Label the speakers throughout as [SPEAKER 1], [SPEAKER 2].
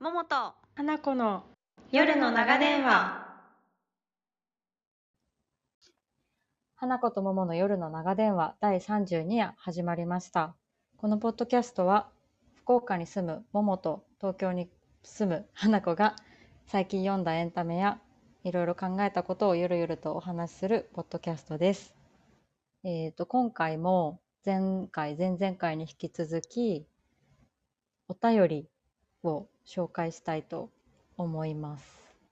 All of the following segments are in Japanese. [SPEAKER 1] もと
[SPEAKER 2] 花子の
[SPEAKER 1] 夜の長電話
[SPEAKER 2] 花子と桃の夜の長電話第32夜始まりました。このポッドキャストは福岡に住む桃と東京に住む花子が最近読んだエンタメやいろいろ考えたことをゆるゆるとお話しするポッドキャストです。えっ、と今回も前回前々回に引き続きお便りを紹介したいと思います。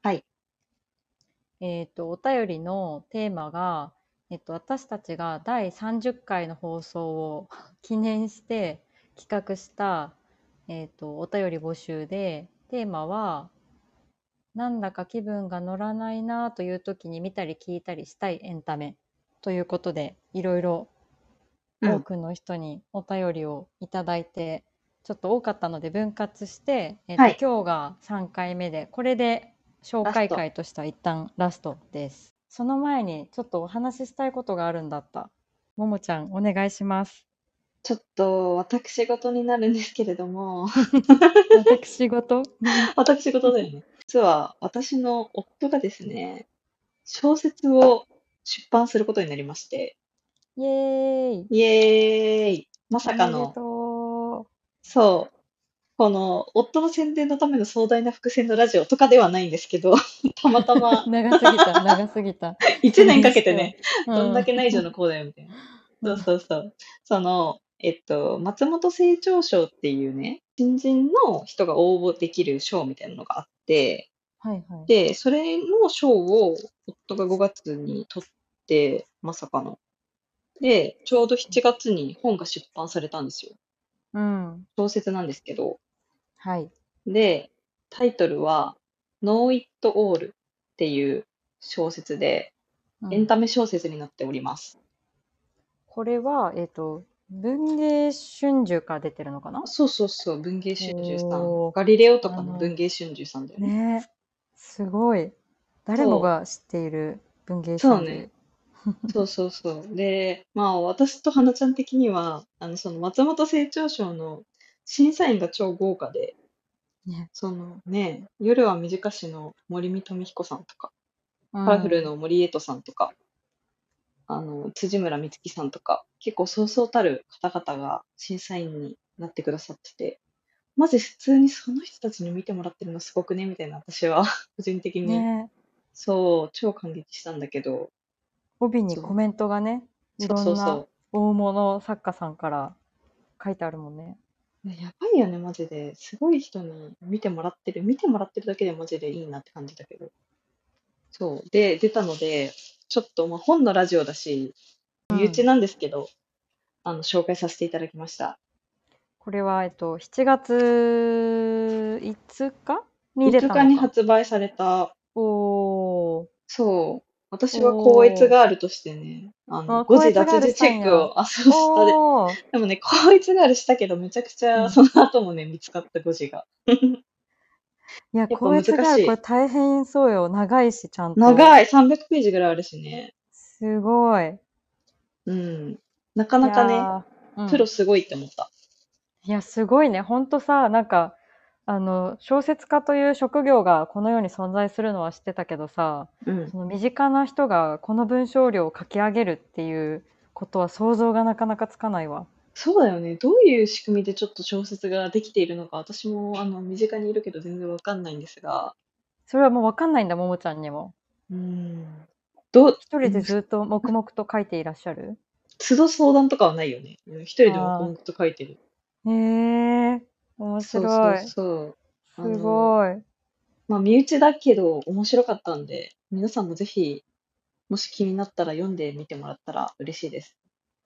[SPEAKER 1] はい。
[SPEAKER 2] えっ、とお便りのテーマがえっと、私たちが第30回の放送を 記念して企画した、えっと、お便り募集で、テーマは、なんだか気分が乗らないなという時に見たり聞いたりしたいエンタメということで、いろいろ
[SPEAKER 1] うん
[SPEAKER 2] 多くの人にお便りをいただいて、ちょっと多かったので分割して、えっと
[SPEAKER 1] はい
[SPEAKER 2] 今日が3回目で、これで紹介会としては一旦ラストです。その前にちょっとお話ししたいことがあるんだった。ももちゃん、お願いします。
[SPEAKER 1] ちょっと私事になるんですけれども
[SPEAKER 2] 私事
[SPEAKER 1] 私事だよね実は私の夫がですね小説を出版することになりまして
[SPEAKER 2] イエーイ
[SPEAKER 1] イエーイまさか
[SPEAKER 2] おめで
[SPEAKER 1] の
[SPEAKER 2] と
[SPEAKER 1] そうこの夫の宣伝のための壮大な伏線のラジオとかではないんですけど たまた ま
[SPEAKER 2] う長すぎ た、長すぎた。
[SPEAKER 1] 1年かけてね
[SPEAKER 2] う
[SPEAKER 1] どんだけ内情のこうだよみたいな。そうそうそう。その、えっと、松本清張賞っていうね、新人の人が応募できる賞みたいなのがあって、
[SPEAKER 2] はいはい。
[SPEAKER 1] で、それの賞を夫が5月に取って、まさかの。で、ちょうど7月に本が出版されたんですよ。
[SPEAKER 2] うん。
[SPEAKER 1] 小説なんですけど。
[SPEAKER 2] はい。
[SPEAKER 1] で、タイトルは、No It All っていう小説で、
[SPEAKER 2] うん
[SPEAKER 1] エンタメ小説になっております。
[SPEAKER 2] これは、えっ、と、文芸春秋から出てるのかな
[SPEAKER 1] そうそうそう、文芸春秋さん
[SPEAKER 2] お。ー
[SPEAKER 1] ガリレオと
[SPEAKER 2] あ
[SPEAKER 1] かの
[SPEAKER 2] の
[SPEAKER 1] 文芸春秋さんだよね。
[SPEAKER 2] ねえすごい。誰もが知っている文芸
[SPEAKER 1] そう
[SPEAKER 2] 春秋。
[SPEAKER 1] ねそうそうそう。で、まあ私と花ちゃん的には、あのその松本清張賞の審査員が超豪華で、
[SPEAKER 2] ね
[SPEAKER 1] そのね、夜は短しの森見富彦さんとか、
[SPEAKER 2] うん
[SPEAKER 1] カラフルの森江戸さんとか、あの辻村美月さんとか、結構そうそうたる方々が審査員になってくださってて、まず普通にその人たちに見てもらってるのすごくねみたいな私は 個人的に
[SPEAKER 2] ねえ
[SPEAKER 1] そう、超感激したんだけど、
[SPEAKER 2] 帯にコメントがね、い
[SPEAKER 1] そう
[SPEAKER 2] ろ
[SPEAKER 1] そ
[SPEAKER 2] ん
[SPEAKER 1] う
[SPEAKER 2] な
[SPEAKER 1] そ
[SPEAKER 2] 大物作家さんから書いてあるもんね。
[SPEAKER 1] う。ねやばいよね、マジで。すごい人に見てもらってる。見てもらってるだけでマジでいいなって感じだけど。そう。で、出たので、ちょっと、まあ、本のラジオだし、
[SPEAKER 2] うん
[SPEAKER 1] 身内なんですけど、あの、紹介させていただきました。
[SPEAKER 2] これは、えっと、7月5日に出た
[SPEAKER 1] 5
[SPEAKER 2] の
[SPEAKER 1] 日
[SPEAKER 2] か
[SPEAKER 1] に発売された、
[SPEAKER 2] おー
[SPEAKER 1] そう。私は高越ガールとしてね、あの、
[SPEAKER 2] あ
[SPEAKER 1] 誤字
[SPEAKER 2] 光悦ガ
[SPEAKER 1] 脱
[SPEAKER 2] ール
[SPEAKER 1] 字チェックを、あ、そうしたで。
[SPEAKER 2] おー
[SPEAKER 1] でもね、高越ガールしたけど、めちゃくち
[SPEAKER 2] う
[SPEAKER 1] ゃ、
[SPEAKER 2] ん
[SPEAKER 1] その後もね、見つかった誤字が。
[SPEAKER 2] いや、
[SPEAKER 1] ぱ
[SPEAKER 2] こいつが
[SPEAKER 1] 難しい
[SPEAKER 2] これ大変そうよ。長いし、ちゃんと。い。
[SPEAKER 1] 長い、300ページぐらいあるしね。
[SPEAKER 2] すごい。
[SPEAKER 1] うん。なかなか
[SPEAKER 2] い
[SPEAKER 1] ね、
[SPEAKER 2] やー、うん
[SPEAKER 1] プロすごいって思った。
[SPEAKER 2] いや、すごいね。ほんとさ、なんか、あの、小説家という職業がこの世に存在するのは知ってたけどさ、
[SPEAKER 1] うん。
[SPEAKER 2] その身近な人がこの文章量を書き上げるっていうことは想像がなかなかつかないわ。
[SPEAKER 1] そうだよね。どういう仕組みでちょっと小説ができているのか、私もあの身近にいるけど全然わかんないんですが。
[SPEAKER 2] それはもうわかんないんだ、ももちゃんにも。
[SPEAKER 1] うん。どう、
[SPEAKER 2] 一人でずっと黙々と書いていらっしゃる
[SPEAKER 1] 都度相談とかはないよね。うん一人でも
[SPEAKER 2] あー
[SPEAKER 1] 本と書いてる。
[SPEAKER 2] へえ、面
[SPEAKER 1] そう
[SPEAKER 2] 白い。
[SPEAKER 1] そうそう。あの
[SPEAKER 2] すごい。
[SPEAKER 1] まあ、身内だけど面白かったんで、皆さんもぜひ、もし気になったら読んでみてもらったら嬉しいです。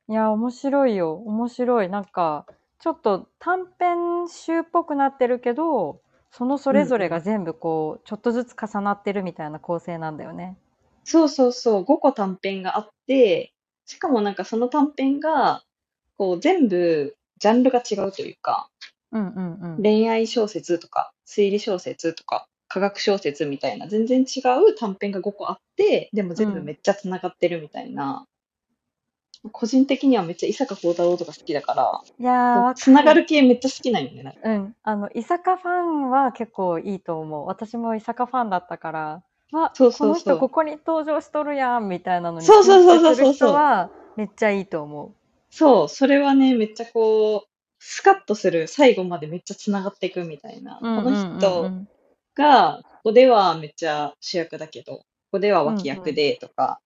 [SPEAKER 2] いや、面白いよ。面白い。なんか、ちょっと短編集っぽくなってるけど、そのそれぞれが全部こう、ちょっとずつ重なってるみたいな構成なんだよね。
[SPEAKER 1] そうそうそう、5個短編があって、しかもなんかその短編が、こう全部ジャンルが違うというか、
[SPEAKER 2] うんうんうん。
[SPEAKER 1] 恋愛小説とか、推理小説とか、科学小説みたいな、全然違う短編が5個あって、でも全部めっちゃつながってるみたいな、個人的にはめっちゃ伊坂幸太郎とか好きだから、
[SPEAKER 2] いやー、わか
[SPEAKER 1] つながる系めっちゃ好きなんよね。なんか
[SPEAKER 2] うん。あの、伊坂ファンは結構いいと思う。私も伊坂ファンだったから、わ、
[SPEAKER 1] そうそ
[SPEAKER 2] この
[SPEAKER 1] うそう
[SPEAKER 2] 人ここに登場しとるやんみたいなのに、
[SPEAKER 1] そうそうそうそうそう
[SPEAKER 2] コメントする人はめっちゃいいと思
[SPEAKER 1] そう、それはね、めっちゃこう、スカッとする、最後までめっちゃつながっていくみたいな。
[SPEAKER 2] う。
[SPEAKER 1] この
[SPEAKER 2] うんうんうんう
[SPEAKER 1] 人
[SPEAKER 2] ん
[SPEAKER 1] が、ここではめっちゃ主役だけど、ここでは脇役でとか、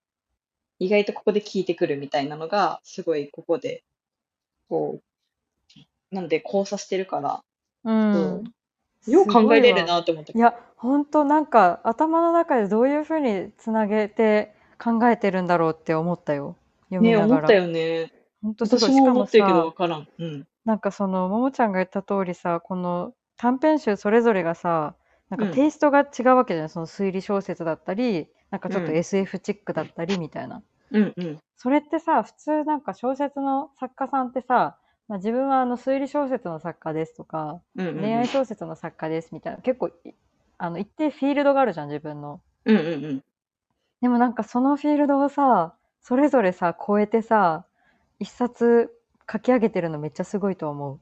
[SPEAKER 1] 意外とここで効いてくるみたいなのが、すごいここで、こう、なんで交差してるから、
[SPEAKER 2] うん。
[SPEAKER 1] よう考えれる
[SPEAKER 2] すごいわ。
[SPEAKER 1] なと思った
[SPEAKER 2] い。や、本当なんか頭の中でどういうふうにつなげて考えてるんだろうって思ったよ。読み
[SPEAKER 1] ね、
[SPEAKER 2] な
[SPEAKER 1] 思
[SPEAKER 2] が
[SPEAKER 1] っ
[SPEAKER 2] ら。
[SPEAKER 1] たよね。
[SPEAKER 2] 本当すごい。
[SPEAKER 1] 私
[SPEAKER 2] し
[SPEAKER 1] も
[SPEAKER 2] か
[SPEAKER 1] 思
[SPEAKER 2] も
[SPEAKER 1] ってるけど
[SPEAKER 2] さ
[SPEAKER 1] わ、からん。うん。
[SPEAKER 2] なんかそのももちゃんが言った通りさこの短編集それぞれがさなんか
[SPEAKER 1] うん
[SPEAKER 2] テイストが違うわけじゃない、その推理小説だったりなんかちょっと
[SPEAKER 1] うん
[SPEAKER 2] SF チックだったりみたいな、
[SPEAKER 1] うんうん。
[SPEAKER 2] それってさ普通なんか小説の作家さんってさ、まあ、自分はあの推理小説の作家ですとか
[SPEAKER 1] うんうんうん。
[SPEAKER 2] 恋愛小説の作家ですみたいな結構いあの一定フィールドがあるじゃん自分の
[SPEAKER 1] うんうんうん。
[SPEAKER 2] でもなんかそのフィールドをさそれぞれさ超えてさ一冊書き上げてるのめっちゃすごいと思う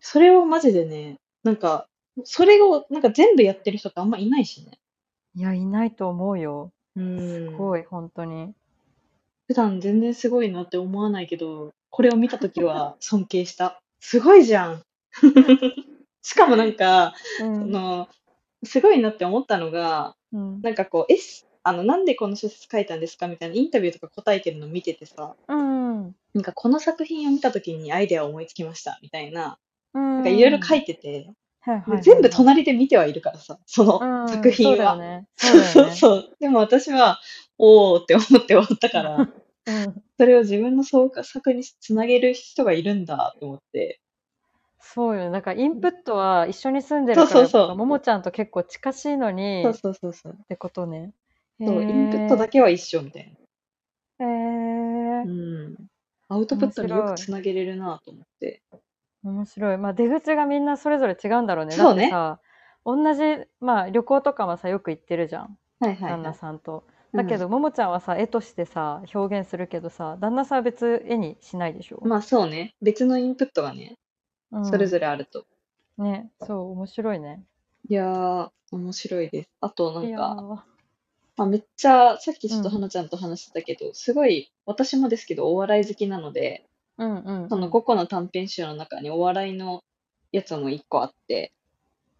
[SPEAKER 1] それをマジでね、なんか、それを、なんか全部やってる人ってあんまいないしね。
[SPEAKER 2] いや、いないと思うよ。
[SPEAKER 1] うん
[SPEAKER 2] すごい、本当に。
[SPEAKER 1] 普段全然すごいなって思わないけど、これを見たときは尊敬した。すごいじゃん。 しかもなんか、
[SPEAKER 2] う
[SPEAKER 1] あ
[SPEAKER 2] ん。
[SPEAKER 1] の、すごいなって思ったのが、
[SPEAKER 2] うん。
[SPEAKER 1] なんかこう、え、あの、なんでこの小説書いたんですかみたいなインタビューとか答えてるの見ててさ、
[SPEAKER 2] うん。
[SPEAKER 1] なんかこの作品を見たときにアイデアを思いつきました、みたいな、
[SPEAKER 2] な
[SPEAKER 1] なんかいろいろ書いてて、
[SPEAKER 2] はいはいはい
[SPEAKER 1] で全部隣で見てはいるからさ、そ
[SPEAKER 2] うん
[SPEAKER 1] の作品は。
[SPEAKER 2] そうだよね。そうだよね。
[SPEAKER 1] そう。でも私は、おおって思って終わったから、
[SPEAKER 2] うん。
[SPEAKER 1] それを自分の創作につなげる人がいるんだと思って。
[SPEAKER 2] そうよね。なんかインプットは一緒に住んでるから、
[SPEAKER 1] そうそうそう
[SPEAKER 2] やっぱももちゃんと結構近しいのに、
[SPEAKER 1] そう
[SPEAKER 2] っ
[SPEAKER 1] そうそうそう。
[SPEAKER 2] てことね。
[SPEAKER 1] そうインプットだ
[SPEAKER 2] け。
[SPEAKER 1] けは一緒みたい
[SPEAKER 2] へー
[SPEAKER 1] な。うん。アウトプットによくつなげれるなと思って。
[SPEAKER 2] 面白い。まあ出口がみんなそれぞれ違うんだろうね。
[SPEAKER 1] そうね
[SPEAKER 2] だってさ、同じ、まあ旅行とかはさ、よく行ってるじゃん。
[SPEAKER 1] はいは
[SPEAKER 2] 旦
[SPEAKER 1] い、は
[SPEAKER 2] 那
[SPEAKER 1] い。
[SPEAKER 2] さんと。
[SPEAKER 1] うん
[SPEAKER 2] だけど、ももちゃんはさ、絵としてさ、表現するけどさ、旦那さんは別絵にしないでしょ、
[SPEAKER 1] まあそうね。別のインプットがね、
[SPEAKER 2] うん
[SPEAKER 1] それぞれあると。
[SPEAKER 2] ね、そう、面白いね。
[SPEAKER 1] いやー、面白いです。あとないん
[SPEAKER 2] や
[SPEAKER 1] か、
[SPEAKER 2] ー
[SPEAKER 1] まあ、めっちゃ、さっきちょっと
[SPEAKER 2] うん
[SPEAKER 1] 花ちゃんと話してたけど、すごい、私もですけど、お笑い好きなので、
[SPEAKER 2] うんうん。
[SPEAKER 1] その5個の短編集の中にお笑いのやつも1個あって、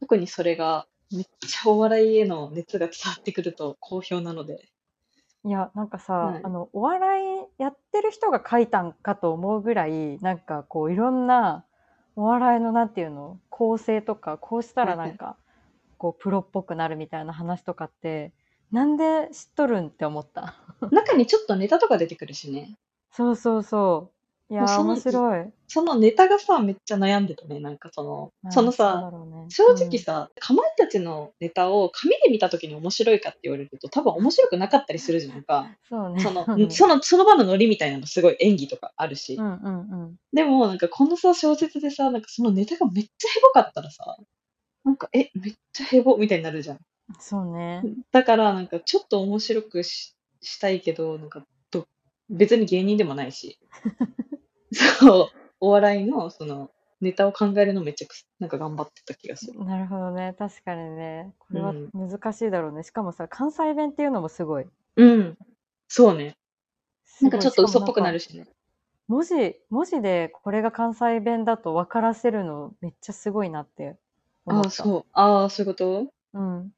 [SPEAKER 1] 特にそれがめっちゃお笑いへの熱が伝わってくると好評な ので。
[SPEAKER 2] いや、なんかさ、
[SPEAKER 1] はい
[SPEAKER 2] あの、お笑いやってる人が書いたんかと思うぐらい、なんかこう、いろんな、お笑いのなんていうの、構成とか、こうしたらなんか、こう、プロっぽくなるみたいな話とかって、なんで知っとるんって思った。
[SPEAKER 1] 中にちょっとネタとか出てくるしね。
[SPEAKER 2] そうそうそう。いや
[SPEAKER 1] もう
[SPEAKER 2] ー、
[SPEAKER 1] その
[SPEAKER 2] 面白い。
[SPEAKER 1] そのネタがさ、めっちゃ悩んでたね。なんかその、その
[SPEAKER 2] うん
[SPEAKER 1] さ、
[SPEAKER 2] そうだろうね
[SPEAKER 1] 正直さ、かまいたちのネタを紙で見た時に面白いかって言われると多分面白くなかったりするじゃんか。
[SPEAKER 2] うんそうね。
[SPEAKER 1] その、
[SPEAKER 2] うん
[SPEAKER 1] その、その場のノリみたいなのすごい演技とかあるし。
[SPEAKER 2] うんうん
[SPEAKER 1] でも、なんかこのさ、小説でさ、なんかそのネタがめっちゃヘボかったらさ、なんか、え、めっちゃヘボみたいになるじゃん。
[SPEAKER 2] うん。そうね。
[SPEAKER 1] だから、なんかちょっと面白くししたいけど、なんかど、別に芸人でもない し。そう、お笑いの、その、ネタを考えるのめっちゃくす、なんか頑張ってた気がする。
[SPEAKER 2] なるほどね。確かにね。これは
[SPEAKER 1] うん
[SPEAKER 2] 難しいだろうね。しかもさ、関西弁っていうのもすごい。
[SPEAKER 1] うん。そうね。
[SPEAKER 2] す
[SPEAKER 1] な
[SPEAKER 2] ご
[SPEAKER 1] ん
[SPEAKER 2] い
[SPEAKER 1] かちょっと嘘っぽくな。
[SPEAKER 2] し
[SPEAKER 1] る
[SPEAKER 2] かもんか
[SPEAKER 1] しね。
[SPEAKER 2] 文字、文字でこれが関西弁だと分からせるのめっちゃすごいなって思っ
[SPEAKER 1] ああ
[SPEAKER 2] た。
[SPEAKER 1] ー、そう。ああ、そういうこと
[SPEAKER 2] う。うん。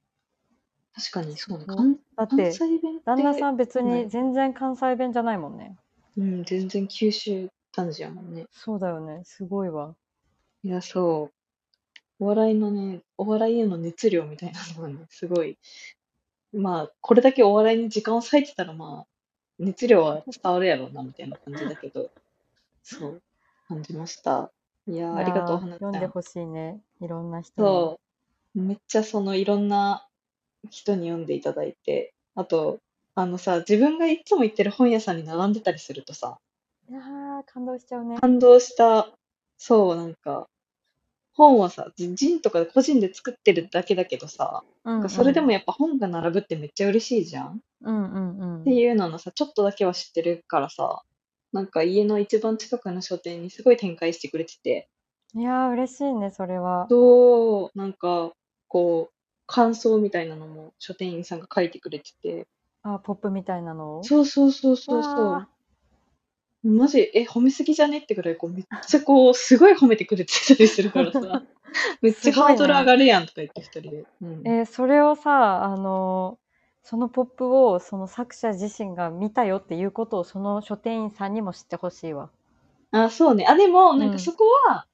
[SPEAKER 1] 確かに、そうね。
[SPEAKER 2] そう
[SPEAKER 1] 関
[SPEAKER 2] だっ
[SPEAKER 1] 関
[SPEAKER 2] て、
[SPEAKER 1] 西弁って、
[SPEAKER 2] 旦那さん別
[SPEAKER 1] は
[SPEAKER 2] に
[SPEAKER 1] い
[SPEAKER 2] 全然関西弁じゃないもんね。
[SPEAKER 1] うん、全然九州男児やもんね。
[SPEAKER 2] そうだよね。すごいわ。
[SPEAKER 1] いや、そう。お笑いのね、お笑いへの熱量みたいなのがね、すごい。まあ、これだけお笑いに時間を割いてたら、まあ、熱量は伝わるやろうな、みたいな感じだけど、そう、感じました。いやー、ありが
[SPEAKER 2] いや
[SPEAKER 1] とう、
[SPEAKER 2] ー
[SPEAKER 1] 花ちゃ
[SPEAKER 2] 読んで
[SPEAKER 1] ん。
[SPEAKER 2] ほしいね。いろんな人に。
[SPEAKER 1] そう、めっちゃその、いろんな人に読んでいただいて、あと、あのさ、自分がいつも行ってる本屋さんに並んでたりするとさ、
[SPEAKER 2] いやー感動しちゃうね。
[SPEAKER 1] 感動した、そう、なんか、本はさ、じ人とか個人で作ってるだけだけどさ、
[SPEAKER 2] うんうん
[SPEAKER 1] それでもやっぱ本が並ぶってめっちゃ嬉しいじゃん。っ
[SPEAKER 2] うんうんうん。
[SPEAKER 1] ていうののさ、ちょっとだけは知ってるからさ、なんか家の一番近くの書店にすごい展開してくれてて、
[SPEAKER 2] いやー、嬉しいね、それは。
[SPEAKER 1] そう、なんか、こう、感想みたいなのも書店員さんが書いてくれてて、
[SPEAKER 2] あ、ポップみたいなのを。
[SPEAKER 1] そうそうそうそうそう
[SPEAKER 2] わ。
[SPEAKER 1] マジ、え、褒めすぎじゃねってぐらい、こう、めっちゃこう、すごい褒めてくれてたりするか らさ、めっちゃハードル上がるやんとか言って二人で。うん
[SPEAKER 2] えーそれをさ、あのーそのポップをその作者自身が見たよっていうことをその書店員さんにも知ってほしいわ。
[SPEAKER 1] あ、そうね。あ、でも、なん
[SPEAKER 2] う
[SPEAKER 1] か
[SPEAKER 2] ん
[SPEAKER 1] そこは、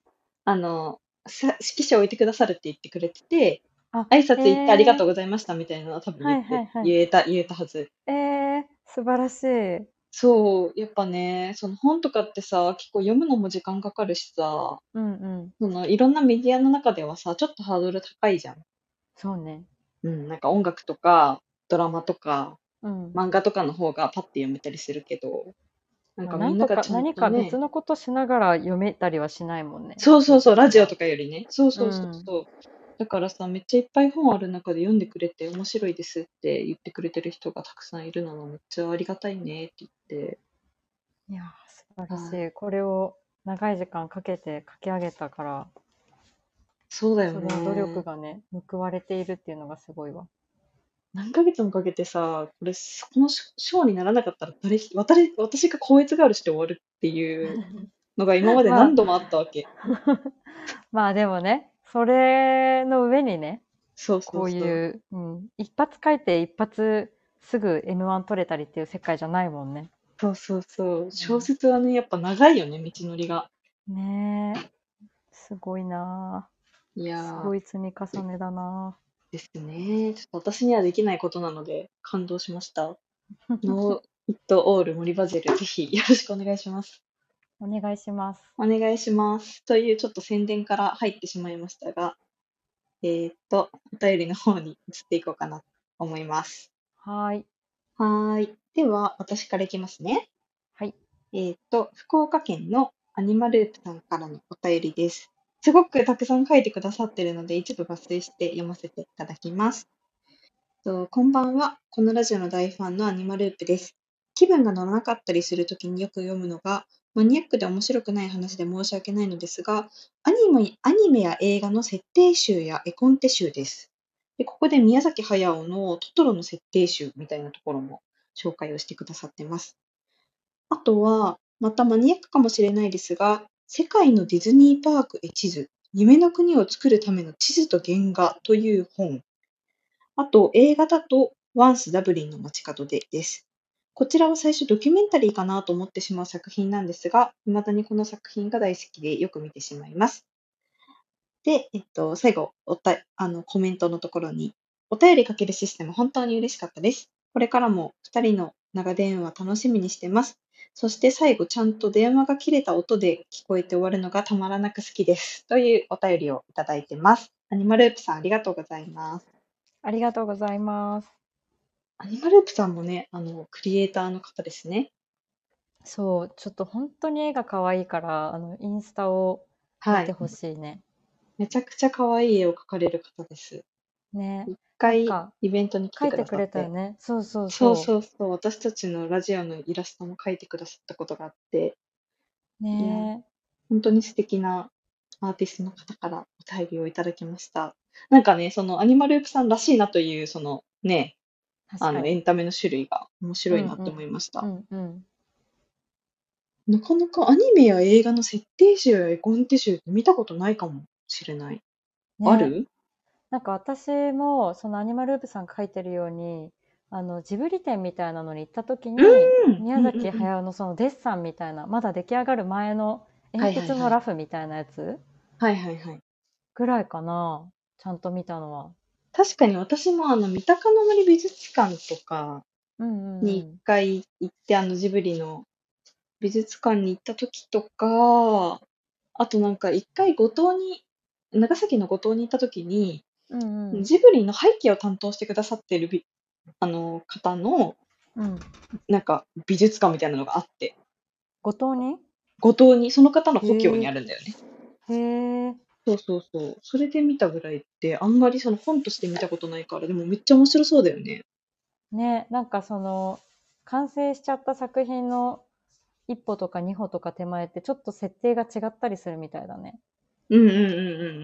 [SPEAKER 1] あの、さ指揮者置いてくださるって言ってくれてて、
[SPEAKER 2] あ
[SPEAKER 1] 挨拶行っ
[SPEAKER 2] へ
[SPEAKER 1] て
[SPEAKER 2] ー
[SPEAKER 1] ありがとうございましたみたいなのは多分言って、
[SPEAKER 2] はいはいはい
[SPEAKER 1] 言えた、言えたはず。
[SPEAKER 2] えー、素晴らしい。
[SPEAKER 1] そう、やっぱね、その本とかってさ、結構読むのも時間かかるしさ、
[SPEAKER 2] うんうん。
[SPEAKER 1] そのいろんなメディアの中ではさ、ちょっとハードル高いじゃん。
[SPEAKER 2] そうね。
[SPEAKER 1] うん、なんか音楽とか、ドラマとか、
[SPEAKER 2] うん。
[SPEAKER 1] 漫画とかの方がパッて読めたりするけど、なんか
[SPEAKER 2] まあ
[SPEAKER 1] みんなが
[SPEAKER 2] と
[SPEAKER 1] ち
[SPEAKER 2] か
[SPEAKER 1] ゃん
[SPEAKER 2] 何
[SPEAKER 1] と
[SPEAKER 2] か
[SPEAKER 1] ね、
[SPEAKER 2] 別のことしながら読めたりはしないもんね。
[SPEAKER 1] そうそうそう、ラジオとかよりね。そうそうそう
[SPEAKER 2] うん
[SPEAKER 1] そう。だからさ、めっちゃいっぱい本ある中で読んでくれて、面白いですって言ってくれてる人がたくさんいるのはめっちゃありがたいねって言って。
[SPEAKER 2] いやー、素晴らしい。これを長い時間かけて書き上げたから、
[SPEAKER 1] そうだよ
[SPEAKER 2] そ
[SPEAKER 1] ね。
[SPEAKER 2] の努力がね、報われているっていうのがすごいわ。
[SPEAKER 1] 何ヶ月もかけてさ、これ、この賞にならなかったら誰ひ、私私が高越ガールして終わるっていうのが今まで
[SPEAKER 2] まあ
[SPEAKER 1] 何度もあったわけ。
[SPEAKER 2] まあでもね、それの上にね、
[SPEAKER 1] そうそ
[SPEAKER 2] こ
[SPEAKER 1] う
[SPEAKER 2] う
[SPEAKER 1] そう。
[SPEAKER 2] いう、うん、一発書いて一発すぐ M1 取れたりっていう世界じゃないもんね。
[SPEAKER 1] そうそうそう。小説はね、やっぱ長いよね、道のりが。
[SPEAKER 2] ねえ、すごいないあ
[SPEAKER 1] や
[SPEAKER 2] す
[SPEAKER 1] ー。
[SPEAKER 2] ごい積み重ねだな
[SPEAKER 1] ですね。ちょっと私にはできないことなので感動しま した。
[SPEAKER 2] あ
[SPEAKER 1] ノーイットオール森バゼル、ぜひよろしくお願いします。
[SPEAKER 2] お願いします。
[SPEAKER 1] お願いします。というちょっと宣伝から入ってしまいましたが、えーっと、お便りの方に移っていこうかなと思います。
[SPEAKER 2] はーい。
[SPEAKER 1] はーい。では、私からいきますね。
[SPEAKER 2] はい。
[SPEAKER 1] えーっと、福岡県のアニマループさんからのお便りです。すごくたくさん書いてくださっているので、一部抜粋して読ませていただきます。とこんばんは。このラジオの大ファンのアニマループです。気分が乗らなかったりするときによく読むのが、マニアックで面白くない話で申し訳ないのですが、アニメアニメや映画の設定集や絵コンテ集です。でここで宮崎駿のトトロの設定集みたいなところも紹介をしてくださってます。あとは、またマニアックかもしれないですが、世界のディズニーパーク絵地図、夢の国を作るための地図と原画という本。あと、映画だと、ワンスダブリンの街角でです。こちらは最初ドキュメンタリーかなと思ってしまう作品なんですが、未だにこの作品が大好きでよく見てしまいます。で、えっと、最後、おたあのコメントのところに、お便りかけるシステム本当に嬉しかったです。これからも2人の長電話楽しみにしてます。そして最後、ちゃんと電話が切れた音で聞こえて終わるのがたまらなく好きです。というお便りをいただいてます。アニマループさん、ありがとうございます。
[SPEAKER 2] ありがとうございます。
[SPEAKER 1] アニマループさんもね、あの、クリエイターの方ですね。
[SPEAKER 2] そう、ちょっと本当に絵が可愛いから、あの、インスタを
[SPEAKER 1] は
[SPEAKER 2] 見て
[SPEAKER 1] い。
[SPEAKER 2] ほしいね。
[SPEAKER 1] めちゃくちゃ可愛い絵を描かれる方です。
[SPEAKER 2] ね。
[SPEAKER 1] 一回
[SPEAKER 2] なんか
[SPEAKER 1] イベントに来
[SPEAKER 2] 書
[SPEAKER 1] て
[SPEAKER 2] いて
[SPEAKER 1] くださ
[SPEAKER 2] く
[SPEAKER 1] っ
[SPEAKER 2] れ
[SPEAKER 1] て。
[SPEAKER 2] たよね。そうそう
[SPEAKER 1] そ
[SPEAKER 2] そうう。
[SPEAKER 1] そうそう。私たちのラジオのイラストも描いてくださったことがあって、
[SPEAKER 2] ね
[SPEAKER 1] 本当に素敵なアーティストの方からお便りをいただきました。なんかね、そのアニマループさんらしいなという、そのね、
[SPEAKER 2] え。
[SPEAKER 1] あ
[SPEAKER 2] 確か
[SPEAKER 1] の
[SPEAKER 2] に。
[SPEAKER 1] エンタメの種類が面白いな
[SPEAKER 2] う
[SPEAKER 1] っ
[SPEAKER 2] んうん
[SPEAKER 1] て思いました、
[SPEAKER 2] うんうん。
[SPEAKER 1] なかなかアニメや映画の設定集や絵コンテ集って見たことないかもしれない、
[SPEAKER 2] ね
[SPEAKER 1] ある
[SPEAKER 2] なんか私もそのアニマループさん書いてるようにあのジブリ展みたいなのに行った時に
[SPEAKER 1] うん
[SPEAKER 2] 宮崎
[SPEAKER 1] うんうんうん
[SPEAKER 2] 駿のそのデッサンみたいなまだ出来上がる前の
[SPEAKER 1] はいはい
[SPEAKER 2] 鉛筆のラフみたいなやつ
[SPEAKER 1] はいはいはい
[SPEAKER 2] ぐらいかなちゃんと見たのは。
[SPEAKER 1] 確かに私もあの三鷹の森美術館とか
[SPEAKER 2] うんうんう
[SPEAKER 1] に一
[SPEAKER 2] ん
[SPEAKER 1] 回行って、あのジブリの美術館に行った時とかあとなんか一回五島に長崎の五島に行った時に、
[SPEAKER 2] うんうん
[SPEAKER 1] ジブリの背景を担当してくださってるびあの方の
[SPEAKER 2] うん
[SPEAKER 1] なんか美術館みたいなのがあって
[SPEAKER 2] 五島に
[SPEAKER 1] 五島に、その方の故郷にあるんだよね。
[SPEAKER 2] へえ
[SPEAKER 1] そうそうそう。それで見たぐらいって、あんまりその本として見たことないから、でもめっちゃ面白そうだよね。
[SPEAKER 2] ねなんかその完成しちゃった作品の一歩とか二歩とか手前ってちょっと設定が違ったりするみたいだね。
[SPEAKER 1] うんうんうんう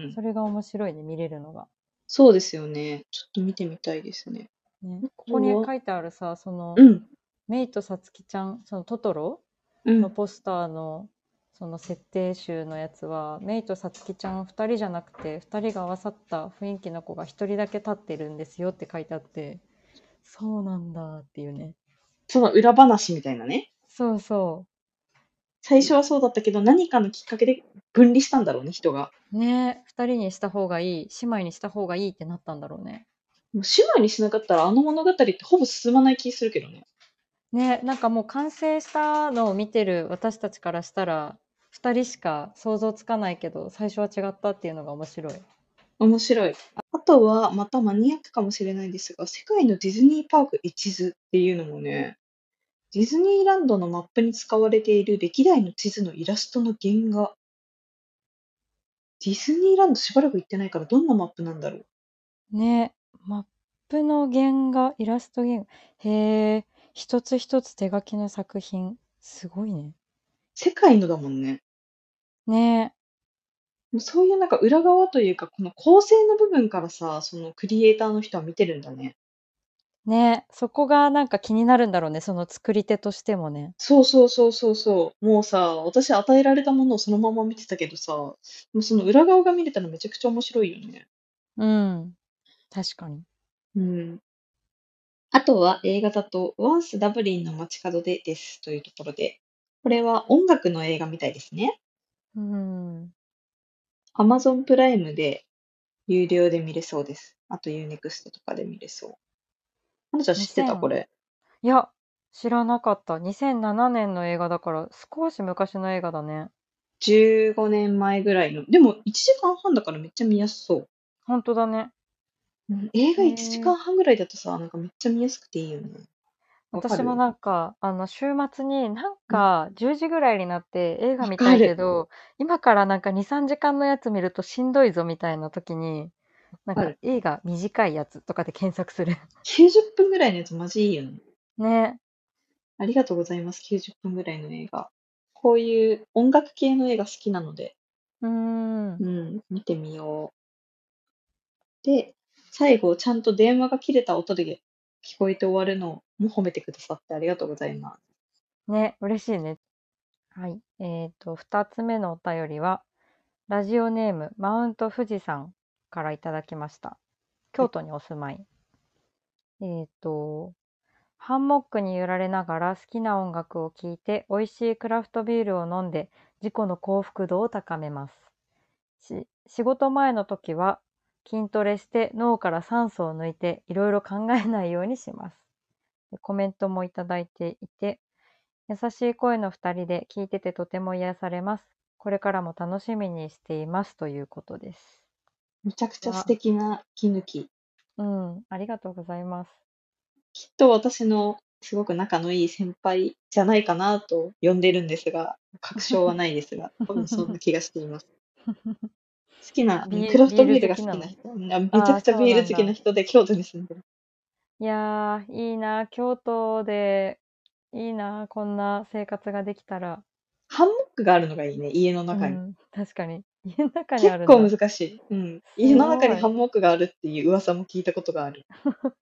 [SPEAKER 1] んうん。
[SPEAKER 2] それが面白いね、見れるのが。
[SPEAKER 1] そうですよね。ちょっと見てみたいですね。
[SPEAKER 2] ね
[SPEAKER 1] こ、
[SPEAKER 2] ここに
[SPEAKER 1] こは
[SPEAKER 2] 書いてあるさ、その、
[SPEAKER 1] うん。
[SPEAKER 2] メイとさつきちゃん、そのトトロ
[SPEAKER 1] う
[SPEAKER 2] の
[SPEAKER 1] ん。
[SPEAKER 2] ポスターのその設定集のやつは、メイとさつきちゃん2人じゃなくて2人が合わさった雰囲気の子が1人だけ立ってるんですよって書いてあってそうなんだっていうね
[SPEAKER 1] その裏話みたいなね。
[SPEAKER 2] そうそ
[SPEAKER 1] 最初はそうだったけど、何かのきっかけで分離したんだろうね、人が。
[SPEAKER 2] うね2人にした方がいい姉妹にした方がいいってなったんだろうね
[SPEAKER 1] もう姉妹にしなかったらあの物語ってほぼ進まない気するけどね。
[SPEAKER 2] ねなんかもう完成したのを見てる私たちからしたら2人しか想像つかないけど最初は違ったっていうのが面白い
[SPEAKER 1] 面白い。あとは、またマニアックかもしれないですが、世界のディズニーパーク一図っていうのもね、ディズニーランドのマップに使われている歴代の地図のイラストの原画。ディズニーランドしばらく行ってないからどんなマップなんだろう。
[SPEAKER 2] ね、マップの原画、イラスト原画。へえ、一つ一つ手書きの作品。すごいね。
[SPEAKER 1] 世界のだもんね。
[SPEAKER 2] ね
[SPEAKER 1] もうそういうなんか裏側というか、この構成の部分からさ、そのクリエイターの人は見てるんだね。
[SPEAKER 2] ね、そこがなんか気になるんだろうね、その作り手としてもね。
[SPEAKER 1] そうそうそうそうそう。もうさ、私与えられたものをそのまま見てたけどさ、もうその裏側が見れたらめちゃくちゃ面白いよね。
[SPEAKER 2] うん、確かに。
[SPEAKER 1] うん。あとは映画だと、Once ダブリンの街角でですというところで、これは音楽の映画みたいですね。
[SPEAKER 2] うん、
[SPEAKER 1] Amazon プライムで有料で見れそうです。あと Unext とかで見れそう。はなちゃん知ってた
[SPEAKER 2] 2000
[SPEAKER 1] これ。
[SPEAKER 2] いや、知らなかった。2007年の映画だから少し昔の映画だね。
[SPEAKER 1] 15年前ぐらいの。でも1時間半だからめっちゃ見やすそう。
[SPEAKER 2] 本当だね。
[SPEAKER 1] うん映画
[SPEAKER 2] へ
[SPEAKER 1] 1
[SPEAKER 2] ー
[SPEAKER 1] 時間半ぐらいだとさ、なんかめっちゃ見やすくていいよね。わか
[SPEAKER 2] 私
[SPEAKER 1] る
[SPEAKER 2] もなんか、あの、週末になんか10時ぐらいになって映画
[SPEAKER 1] わ
[SPEAKER 2] 見
[SPEAKER 1] か
[SPEAKER 2] たい
[SPEAKER 1] る。
[SPEAKER 2] けど、今からなんか2、3時間のやつ見るとしんどいぞみたいな時に、なん
[SPEAKER 1] わか
[SPEAKER 2] か
[SPEAKER 1] る。
[SPEAKER 2] 映画短いやつとかで検索する。
[SPEAKER 1] 90分ぐらいのやつマジいいよね。
[SPEAKER 2] ね。
[SPEAKER 1] ありがとうございます。90分ぐらいの映画。こういう音楽系の映画好きなので、
[SPEAKER 2] うーん。
[SPEAKER 1] うん、見てみよう。で、最後、ちゃんと電話が切れた音で聞こえて終わるのも褒めてくださってありがとうございます。
[SPEAKER 2] ね、嬉しいね。はい。えっと、2つ目のお便りは、ラジオネームマウント富士山からいただきました。
[SPEAKER 1] は
[SPEAKER 2] 京
[SPEAKER 1] い、
[SPEAKER 2] 都にお住まい。えっと、ハンモックに揺られながら好きな音楽を聴いて美味しいクラフトビールを飲んで自己の幸福度を高めます。し仕事前の時は筋トレして脳から酸素を抜いていろいろ考えないようにします。でコメントもいただいていて優しい声の2人で聞いててとても癒されます。これからも楽しみにしていますということです。
[SPEAKER 1] めちゃくちゃ素
[SPEAKER 2] わ
[SPEAKER 1] 敵な息抜き。
[SPEAKER 2] うん、ありがとうございます。
[SPEAKER 1] きっと私のすごく仲のいい先輩じゃないかなと呼んでるんですが、確証はないで すが、多分そんな気がしています。好きな、うん
[SPEAKER 2] ビ
[SPEAKER 1] ク
[SPEAKER 2] ー
[SPEAKER 1] ラフ
[SPEAKER 2] ビ
[SPEAKER 1] ト
[SPEAKER 2] ール
[SPEAKER 1] ビー
[SPEAKER 2] 好
[SPEAKER 1] ルが
[SPEAKER 2] き
[SPEAKER 1] 好
[SPEAKER 2] な
[SPEAKER 1] きな
[SPEAKER 2] の
[SPEAKER 1] 人、うんあめちゃ
[SPEAKER 2] ああ
[SPEAKER 1] く
[SPEAKER 2] ー、
[SPEAKER 1] ちゃ
[SPEAKER 2] そう
[SPEAKER 1] ビー
[SPEAKER 2] な
[SPEAKER 1] ル
[SPEAKER 2] ん
[SPEAKER 1] 好きな
[SPEAKER 2] だ。
[SPEAKER 1] 人で京都に住んでる。
[SPEAKER 2] いやー、いいな、京都で、いいな、こんな生活ができたら。
[SPEAKER 1] ハンモックがあるのがいいね、家の
[SPEAKER 2] う
[SPEAKER 1] 中に。
[SPEAKER 2] ん、確かに。家の中にあ
[SPEAKER 1] 結
[SPEAKER 2] るん
[SPEAKER 1] 構
[SPEAKER 2] だ。
[SPEAKER 1] 難しい。うん。家
[SPEAKER 2] す
[SPEAKER 1] の中に
[SPEAKER 2] ご
[SPEAKER 1] ハ
[SPEAKER 2] い。
[SPEAKER 1] ンモックがあるっていう噂も聞いたことがある。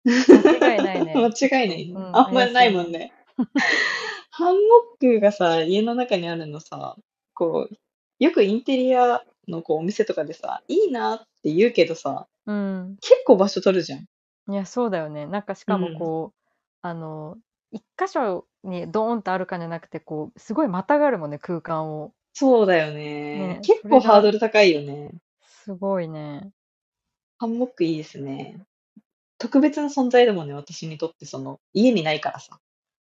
[SPEAKER 2] 間違いないね。
[SPEAKER 1] 間違いないね。
[SPEAKER 2] うん、
[SPEAKER 1] あんま
[SPEAKER 2] 怪
[SPEAKER 1] りな
[SPEAKER 2] し
[SPEAKER 1] い
[SPEAKER 2] い
[SPEAKER 1] もん
[SPEAKER 2] ね。
[SPEAKER 1] ね。 ハンモックがさ、家の中にあるのさ、こう、よくインテリアのこうお店とかでさ、いいなって言うけどさ、
[SPEAKER 2] うん。
[SPEAKER 1] 結構場所取るじゃん。
[SPEAKER 2] いや、そうだよね。なんかし
[SPEAKER 1] う
[SPEAKER 2] かも
[SPEAKER 1] ん。
[SPEAKER 2] こう、あの、一箇所にドーンってあるかじゃなくて、こう、すごいまたがるもんね、空間を。
[SPEAKER 1] そうだよね。
[SPEAKER 2] ね、
[SPEAKER 1] 結
[SPEAKER 2] そ
[SPEAKER 1] 構
[SPEAKER 2] れ
[SPEAKER 1] ハード
[SPEAKER 2] が
[SPEAKER 1] ル高いよね。
[SPEAKER 2] すごいね。
[SPEAKER 1] ハンモックいいですね。特別な存在だもんね、私にとって、その、家にないからさ。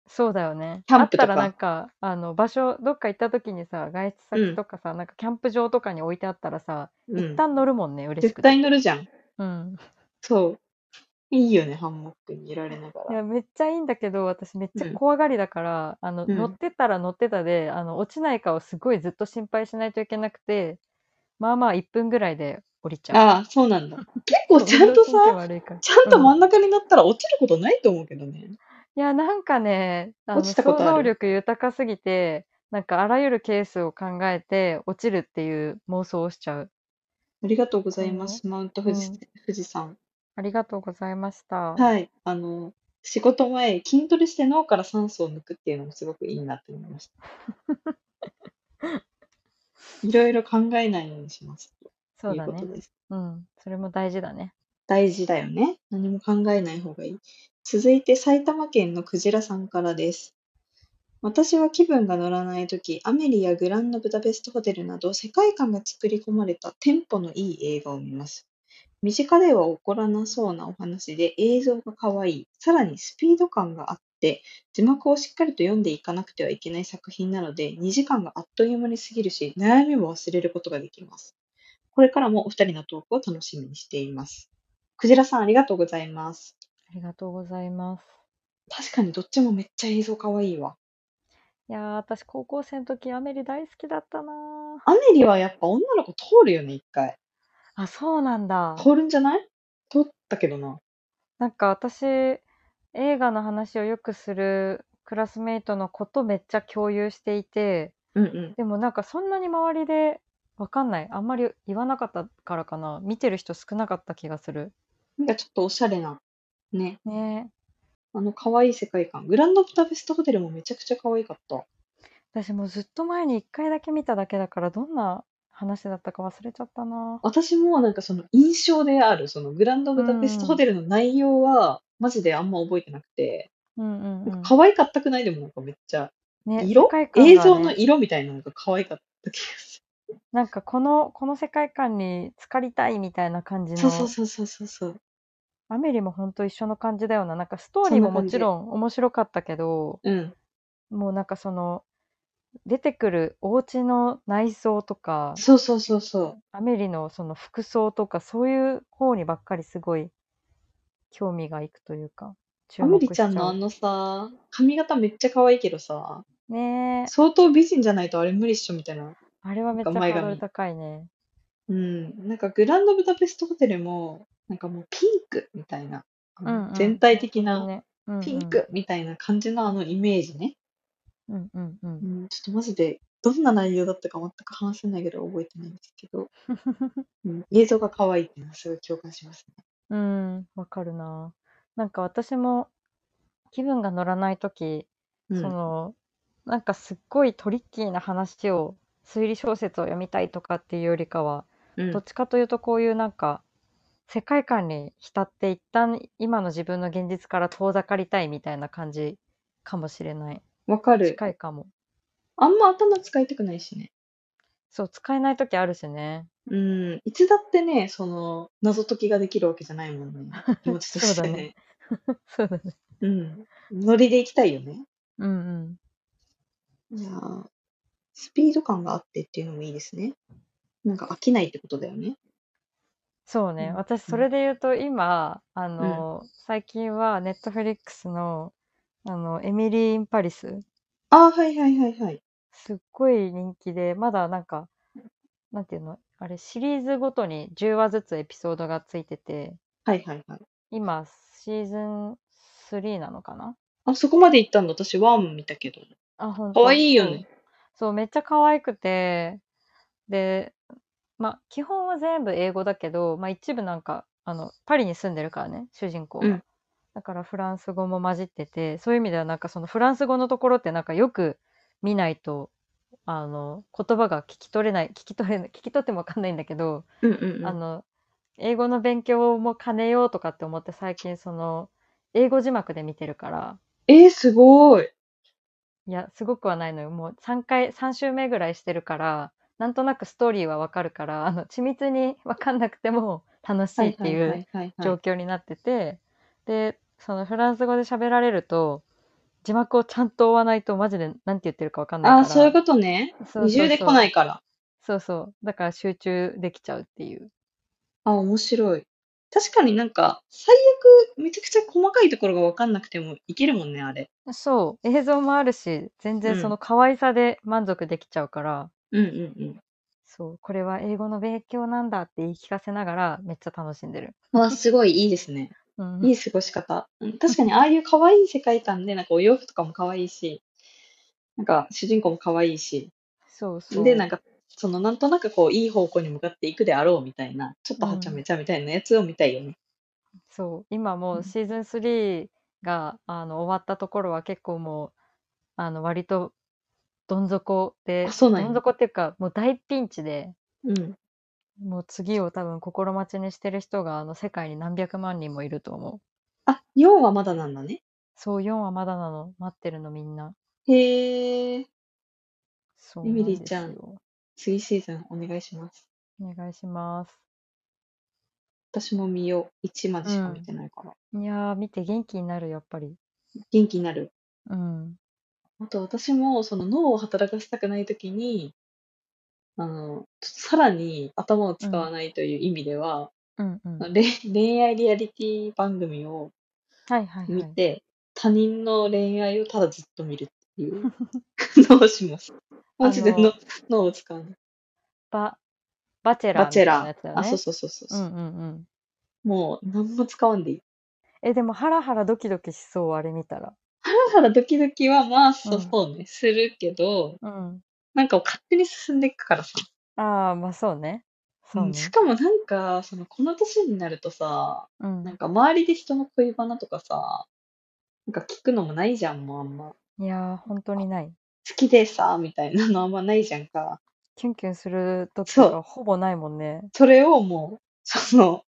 [SPEAKER 2] そうだよね。
[SPEAKER 1] キャ
[SPEAKER 2] あ
[SPEAKER 1] ン
[SPEAKER 2] っ
[SPEAKER 1] プ
[SPEAKER 2] た
[SPEAKER 1] と
[SPEAKER 2] らなん
[SPEAKER 1] か。
[SPEAKER 2] か、あの、場所、どっか行った時にさ、外出
[SPEAKER 1] う
[SPEAKER 2] 先
[SPEAKER 1] ん、
[SPEAKER 2] とかさ、なんかキャンプ場とかに置いてあったらさ、
[SPEAKER 1] う
[SPEAKER 2] 一
[SPEAKER 1] ん。
[SPEAKER 2] 旦乗るもんね、嬉し
[SPEAKER 1] 絶
[SPEAKER 2] く
[SPEAKER 1] 対
[SPEAKER 2] て。
[SPEAKER 1] 乗るじゃん。
[SPEAKER 2] うん。
[SPEAKER 1] そう。いいよね、ハンモックにいられなが
[SPEAKER 2] い
[SPEAKER 1] ら。
[SPEAKER 2] や、めっちゃいいんだけど、私めっ
[SPEAKER 1] う
[SPEAKER 2] ちゃ
[SPEAKER 1] ん、
[SPEAKER 2] 怖がりだから、あの、
[SPEAKER 1] う
[SPEAKER 2] 乗っ
[SPEAKER 1] ん。
[SPEAKER 2] てたら乗ってたで、あの、落ちないかをすごいずっと心配しないといけなくて、まあまあ1分ぐらいで降りちゃう。
[SPEAKER 1] ああ、そうなんだ。結構
[SPEAKER 2] そう、
[SPEAKER 1] ちゃ
[SPEAKER 2] 運
[SPEAKER 1] ん
[SPEAKER 2] 動
[SPEAKER 1] とさ、
[SPEAKER 2] 神経悪いから。
[SPEAKER 1] ちゃん
[SPEAKER 2] う
[SPEAKER 1] と
[SPEAKER 2] ん。
[SPEAKER 1] 真ん中になったら落ちることないと思うけどね。
[SPEAKER 2] いや、なんかね、あ
[SPEAKER 1] 落
[SPEAKER 2] の、
[SPEAKER 1] ちたこ
[SPEAKER 2] 想
[SPEAKER 1] とあ
[SPEAKER 2] 像
[SPEAKER 1] る
[SPEAKER 2] 力豊かすぎて、なんかあらゆるケースを考えて落ちるっていう妄想をしちゃう。
[SPEAKER 1] ありがとうございます。マウント富士
[SPEAKER 2] うん
[SPEAKER 1] 富士山。
[SPEAKER 2] ありがとうございました。
[SPEAKER 1] はい。あの、仕事前、筋トレして脳から酸素を抜くっていうのもすごくいいなって思いま した。いろいろ考えないようにします。
[SPEAKER 2] そうだ
[SPEAKER 1] という
[SPEAKER 2] ね
[SPEAKER 1] こと。です。
[SPEAKER 2] うん。それも大事だね。
[SPEAKER 1] 大事だよね。何も考えない方がいい。続いて埼玉県のクジラさんからです。私は気分が乗らないとき、アメリやグランドブダペストホテルなど世界観が作り込まれたテンポのいい映画を見ます。身近では起こらなそうなお話で映像が可愛い、さらにスピード感があって、字幕をしっかりと読んでいかなくてはいけない作品なので、2時間があっという間に過ぎるし、悩みも忘れることができます。これからもお二人のトークを楽しみにしています。クジラさんありがとうございます。
[SPEAKER 2] ありがとうございます。
[SPEAKER 1] 確かにどっちもめっちゃ映像かわいいわ。
[SPEAKER 2] いやー、私高校生の時アメリ大好きだったなー
[SPEAKER 1] アメリはやっぱ女の子通るよね、一回。
[SPEAKER 2] あ、そうなんだ。
[SPEAKER 1] 通るんじゃない通ったけどな。
[SPEAKER 2] なんか私、映画の話をよくするクラスメイトの子とめっちゃ共有していて、
[SPEAKER 1] うんうん。
[SPEAKER 2] でもなんかそんなに周りでわかんない。あんまり言わなかったからかな。見てる人少なかった気がする。
[SPEAKER 1] なんかちょっとおしゃれな、ね、
[SPEAKER 2] ねえ。
[SPEAKER 1] あの可愛い世界観。グランドブダペストホテルもめちゃくちゃ可愛かった。
[SPEAKER 2] 私もうずっと前に一回だけ見ただけだから、どんな話だったか忘れちゃったな。
[SPEAKER 1] 私もなんかその印象である、そのグランドブダペストホテルの内容は、マジであんま覚えてなくて、
[SPEAKER 2] うんうんう
[SPEAKER 1] なん
[SPEAKER 2] ん。
[SPEAKER 1] か可愛かったくないでもなんかめっちゃ、
[SPEAKER 2] ね、
[SPEAKER 1] 色
[SPEAKER 2] 世界観が
[SPEAKER 1] 映像の
[SPEAKER 2] ね、
[SPEAKER 1] 色みたいなのが可愛かった気がす
[SPEAKER 2] なんかこの、この世界観に浸かりたいみたいな感じ
[SPEAKER 1] る。
[SPEAKER 2] の。
[SPEAKER 1] そうそうそうそうそうそう。
[SPEAKER 2] アメリも本当一緒の感じだよな。なんかストー
[SPEAKER 1] そ
[SPEAKER 2] リー
[SPEAKER 1] んな
[SPEAKER 2] もも
[SPEAKER 1] 感じ
[SPEAKER 2] ちろん面白かったけど、
[SPEAKER 1] うん。
[SPEAKER 2] もうなんかその、出てくるお家の内装とか、
[SPEAKER 1] そうそうそうそう。
[SPEAKER 2] アメリのその服装とか、そういう方にばっかりすごい興味がいくというか、注
[SPEAKER 1] アメ
[SPEAKER 2] 目
[SPEAKER 1] リ
[SPEAKER 2] しち
[SPEAKER 1] ちゃ
[SPEAKER 2] ゃ
[SPEAKER 1] んのあ
[SPEAKER 2] う。
[SPEAKER 1] のさ、髪型めっちゃ可愛いけどさ、
[SPEAKER 2] ねえ、
[SPEAKER 1] 相当美人じゃないとあれ無理っしょみたいな。
[SPEAKER 2] あれはめっちゃハ
[SPEAKER 1] 前
[SPEAKER 2] ー
[SPEAKER 1] 髪
[SPEAKER 2] ドル高いね。
[SPEAKER 1] うん。なんかグランドブダペストホテルも、なんかもうピンクみたいな、あの
[SPEAKER 2] うんうん
[SPEAKER 1] 全体的な
[SPEAKER 2] ね、うんうん
[SPEAKER 1] ピン。クみたいな感じのあのイメージね。
[SPEAKER 2] うんうんう。
[SPEAKER 1] うんん、ちょっとマジで、どんな内容だったか全く話せないぐらい覚えてないんですけど、 うん、映像が可愛いっていうのはすごい共感しますね。
[SPEAKER 2] うん、わかるな。なんか私も気分が乗らないとき、
[SPEAKER 1] うん
[SPEAKER 2] そのなんかすっごいトリッキーな話を推理小説を読みたいとかっていうよりかは
[SPEAKER 1] うん
[SPEAKER 2] どっちかというとこういうなんか世界観に浸って一旦今の自分の現実から遠ざかりたいみたいな感じかもしれない
[SPEAKER 1] わかる。
[SPEAKER 2] 近いかも
[SPEAKER 1] あんま頭使いたくないしね。
[SPEAKER 2] そう使えない時あるしね
[SPEAKER 1] うん、いつだってね、その、謎解きができるわけじゃないも んね。気持ちとして
[SPEAKER 2] そうだね。そうだね
[SPEAKER 1] うん。ノリで行きたいよね。
[SPEAKER 2] うんうん
[SPEAKER 1] いやースピード感があってっていうのもいいですね。なんか飽きないってことだよね。
[SPEAKER 2] そうね
[SPEAKER 1] うん
[SPEAKER 2] 私それで言うと今あの、最近はネットフリックスのあのエミリー・イン・パリス
[SPEAKER 1] ああ、はいはいはいはい。
[SPEAKER 2] すっごい人気で、まだなんか、なんていうの、あれ、シリーズごとに10話ずつエピソードがついてて、
[SPEAKER 1] はいはいはい。
[SPEAKER 2] 今、シーズン3なのかな
[SPEAKER 1] あ、そこまで行ったんだ。私、ワン見たけど。
[SPEAKER 2] あ、ほん
[SPEAKER 1] かわいいよね。。
[SPEAKER 2] そう、めっちゃ可愛くて、で、まあ、基本は全部英語だけど、まあ、一部なんか、あの、パリに住んでるからね、主人公が。
[SPEAKER 1] うん
[SPEAKER 2] だからフランス語も混じってて、そういう意味ではなんかそのフランス語のところってなんかよく見ないと、あの、言葉が聞き取れない、聞き取れない、聞き取ってもわかんないんだけど、
[SPEAKER 1] うんうんうん。
[SPEAKER 2] あの、英語の勉強も兼ねようとかって思って最近その、英語字幕で見てるから、
[SPEAKER 1] えー、すごい。
[SPEAKER 2] いや、すごくはないのよ。もう3回、3週目ぐらいしてるから、なんとなくストーリーはわかるから、あの、緻密にわかんなくても楽しいっていう
[SPEAKER 1] はい
[SPEAKER 2] 状況になってて、で、そのフランス語で喋られると、字幕をちゃんと追わないとマジで何て言ってるかわかんないか
[SPEAKER 1] あ
[SPEAKER 2] ら。
[SPEAKER 1] あ、そういうことね。
[SPEAKER 2] そうそうそう
[SPEAKER 1] 二重で来ないから。
[SPEAKER 2] そうそう。だから集中できちゃうっていう。
[SPEAKER 1] あ、面白い。確かになんか、最悪、めちゃくちゃ細かいところが分かんなくてもいけるもんね、あれ。
[SPEAKER 2] そう。映像もあるし、全
[SPEAKER 1] うん
[SPEAKER 2] 然その可愛さで満足できちゃうから、
[SPEAKER 1] うんうん
[SPEAKER 2] そう。これは英語の勉強なんだって言い聞かせながら、めっちゃ楽しんでる。
[SPEAKER 1] うん。わ、すごいいいですね。
[SPEAKER 2] うん
[SPEAKER 1] いい過ごし方。うん確かに、ああいう可愛い世界観で、なんかお洋服とかも可愛いし、なんか主人公も可愛いし、
[SPEAKER 2] そうそう。
[SPEAKER 1] で、なんか、そのなんとなくこう、いい方向に向かっていくであろうみたいな、ちょっとはちゃめちゃみたいなやつを見たいよね。
[SPEAKER 2] そう今も
[SPEAKER 1] うん
[SPEAKER 2] うシーズン3があの終わったところは結構もうあの割とどん底で
[SPEAKER 1] あそうなんや
[SPEAKER 2] どん底っていうかもう大ピンチで
[SPEAKER 1] うん。
[SPEAKER 2] もう次を多分心待ちにしてる人があの世界に何百万人もいると思う
[SPEAKER 1] あ、4はまだなんだね。
[SPEAKER 2] そう4はまだなの待ってるのみんな
[SPEAKER 1] へえ。
[SPEAKER 2] そう
[SPEAKER 1] エミ
[SPEAKER 2] な
[SPEAKER 1] リー
[SPEAKER 2] んです
[SPEAKER 1] ちゃん
[SPEAKER 2] よ
[SPEAKER 1] 次シーズンお願いします。
[SPEAKER 2] お願いします
[SPEAKER 1] 私も見よう。1までしか見てないから。
[SPEAKER 2] いやー見て元気になるやっぱり
[SPEAKER 1] 元気になる。
[SPEAKER 2] うん
[SPEAKER 1] あと私も、その脳を働かせたくないときに、あの、ちょっとさらに頭を使わないという意味では、
[SPEAKER 2] うんうんはい
[SPEAKER 1] れ恋愛リアリティ番組を
[SPEAKER 2] はいはい
[SPEAKER 1] 見て、他人の恋愛をただずっと見るっていう のをします。マジで
[SPEAKER 2] あの
[SPEAKER 1] の脳を使わない。
[SPEAKER 2] ババチェラー
[SPEAKER 1] バ
[SPEAKER 2] みたい
[SPEAKER 1] チェ
[SPEAKER 2] な
[SPEAKER 1] ラ
[SPEAKER 2] やつだ
[SPEAKER 1] ー。
[SPEAKER 2] よね
[SPEAKER 1] あ、そうそうそうそう
[SPEAKER 2] う
[SPEAKER 1] そう、
[SPEAKER 2] んうんうん
[SPEAKER 1] もう何も使わんでいい。
[SPEAKER 2] え、でもハラハラドキドキしそう、あれ見たら。
[SPEAKER 1] だからドキドキはまあ、そう
[SPEAKER 2] うん
[SPEAKER 1] そうね、するけど、
[SPEAKER 2] うん。
[SPEAKER 1] なんか勝手に進んでいくからさ。
[SPEAKER 2] ああ、まあそうね。そう
[SPEAKER 1] うん
[SPEAKER 2] ね。
[SPEAKER 1] しかもなんか、そのこの年になるとさ、
[SPEAKER 2] うん
[SPEAKER 1] なん。か周りで人の恋バナとかさ、なんか聞くのもないじゃん、もうあんま。好
[SPEAKER 2] いやー、本当にない。
[SPEAKER 1] きでさ、みたいなのあんまないじゃんか。
[SPEAKER 2] キュンキュンする時
[SPEAKER 1] そう
[SPEAKER 2] とかほぼないもんね。
[SPEAKER 1] それをもう、その、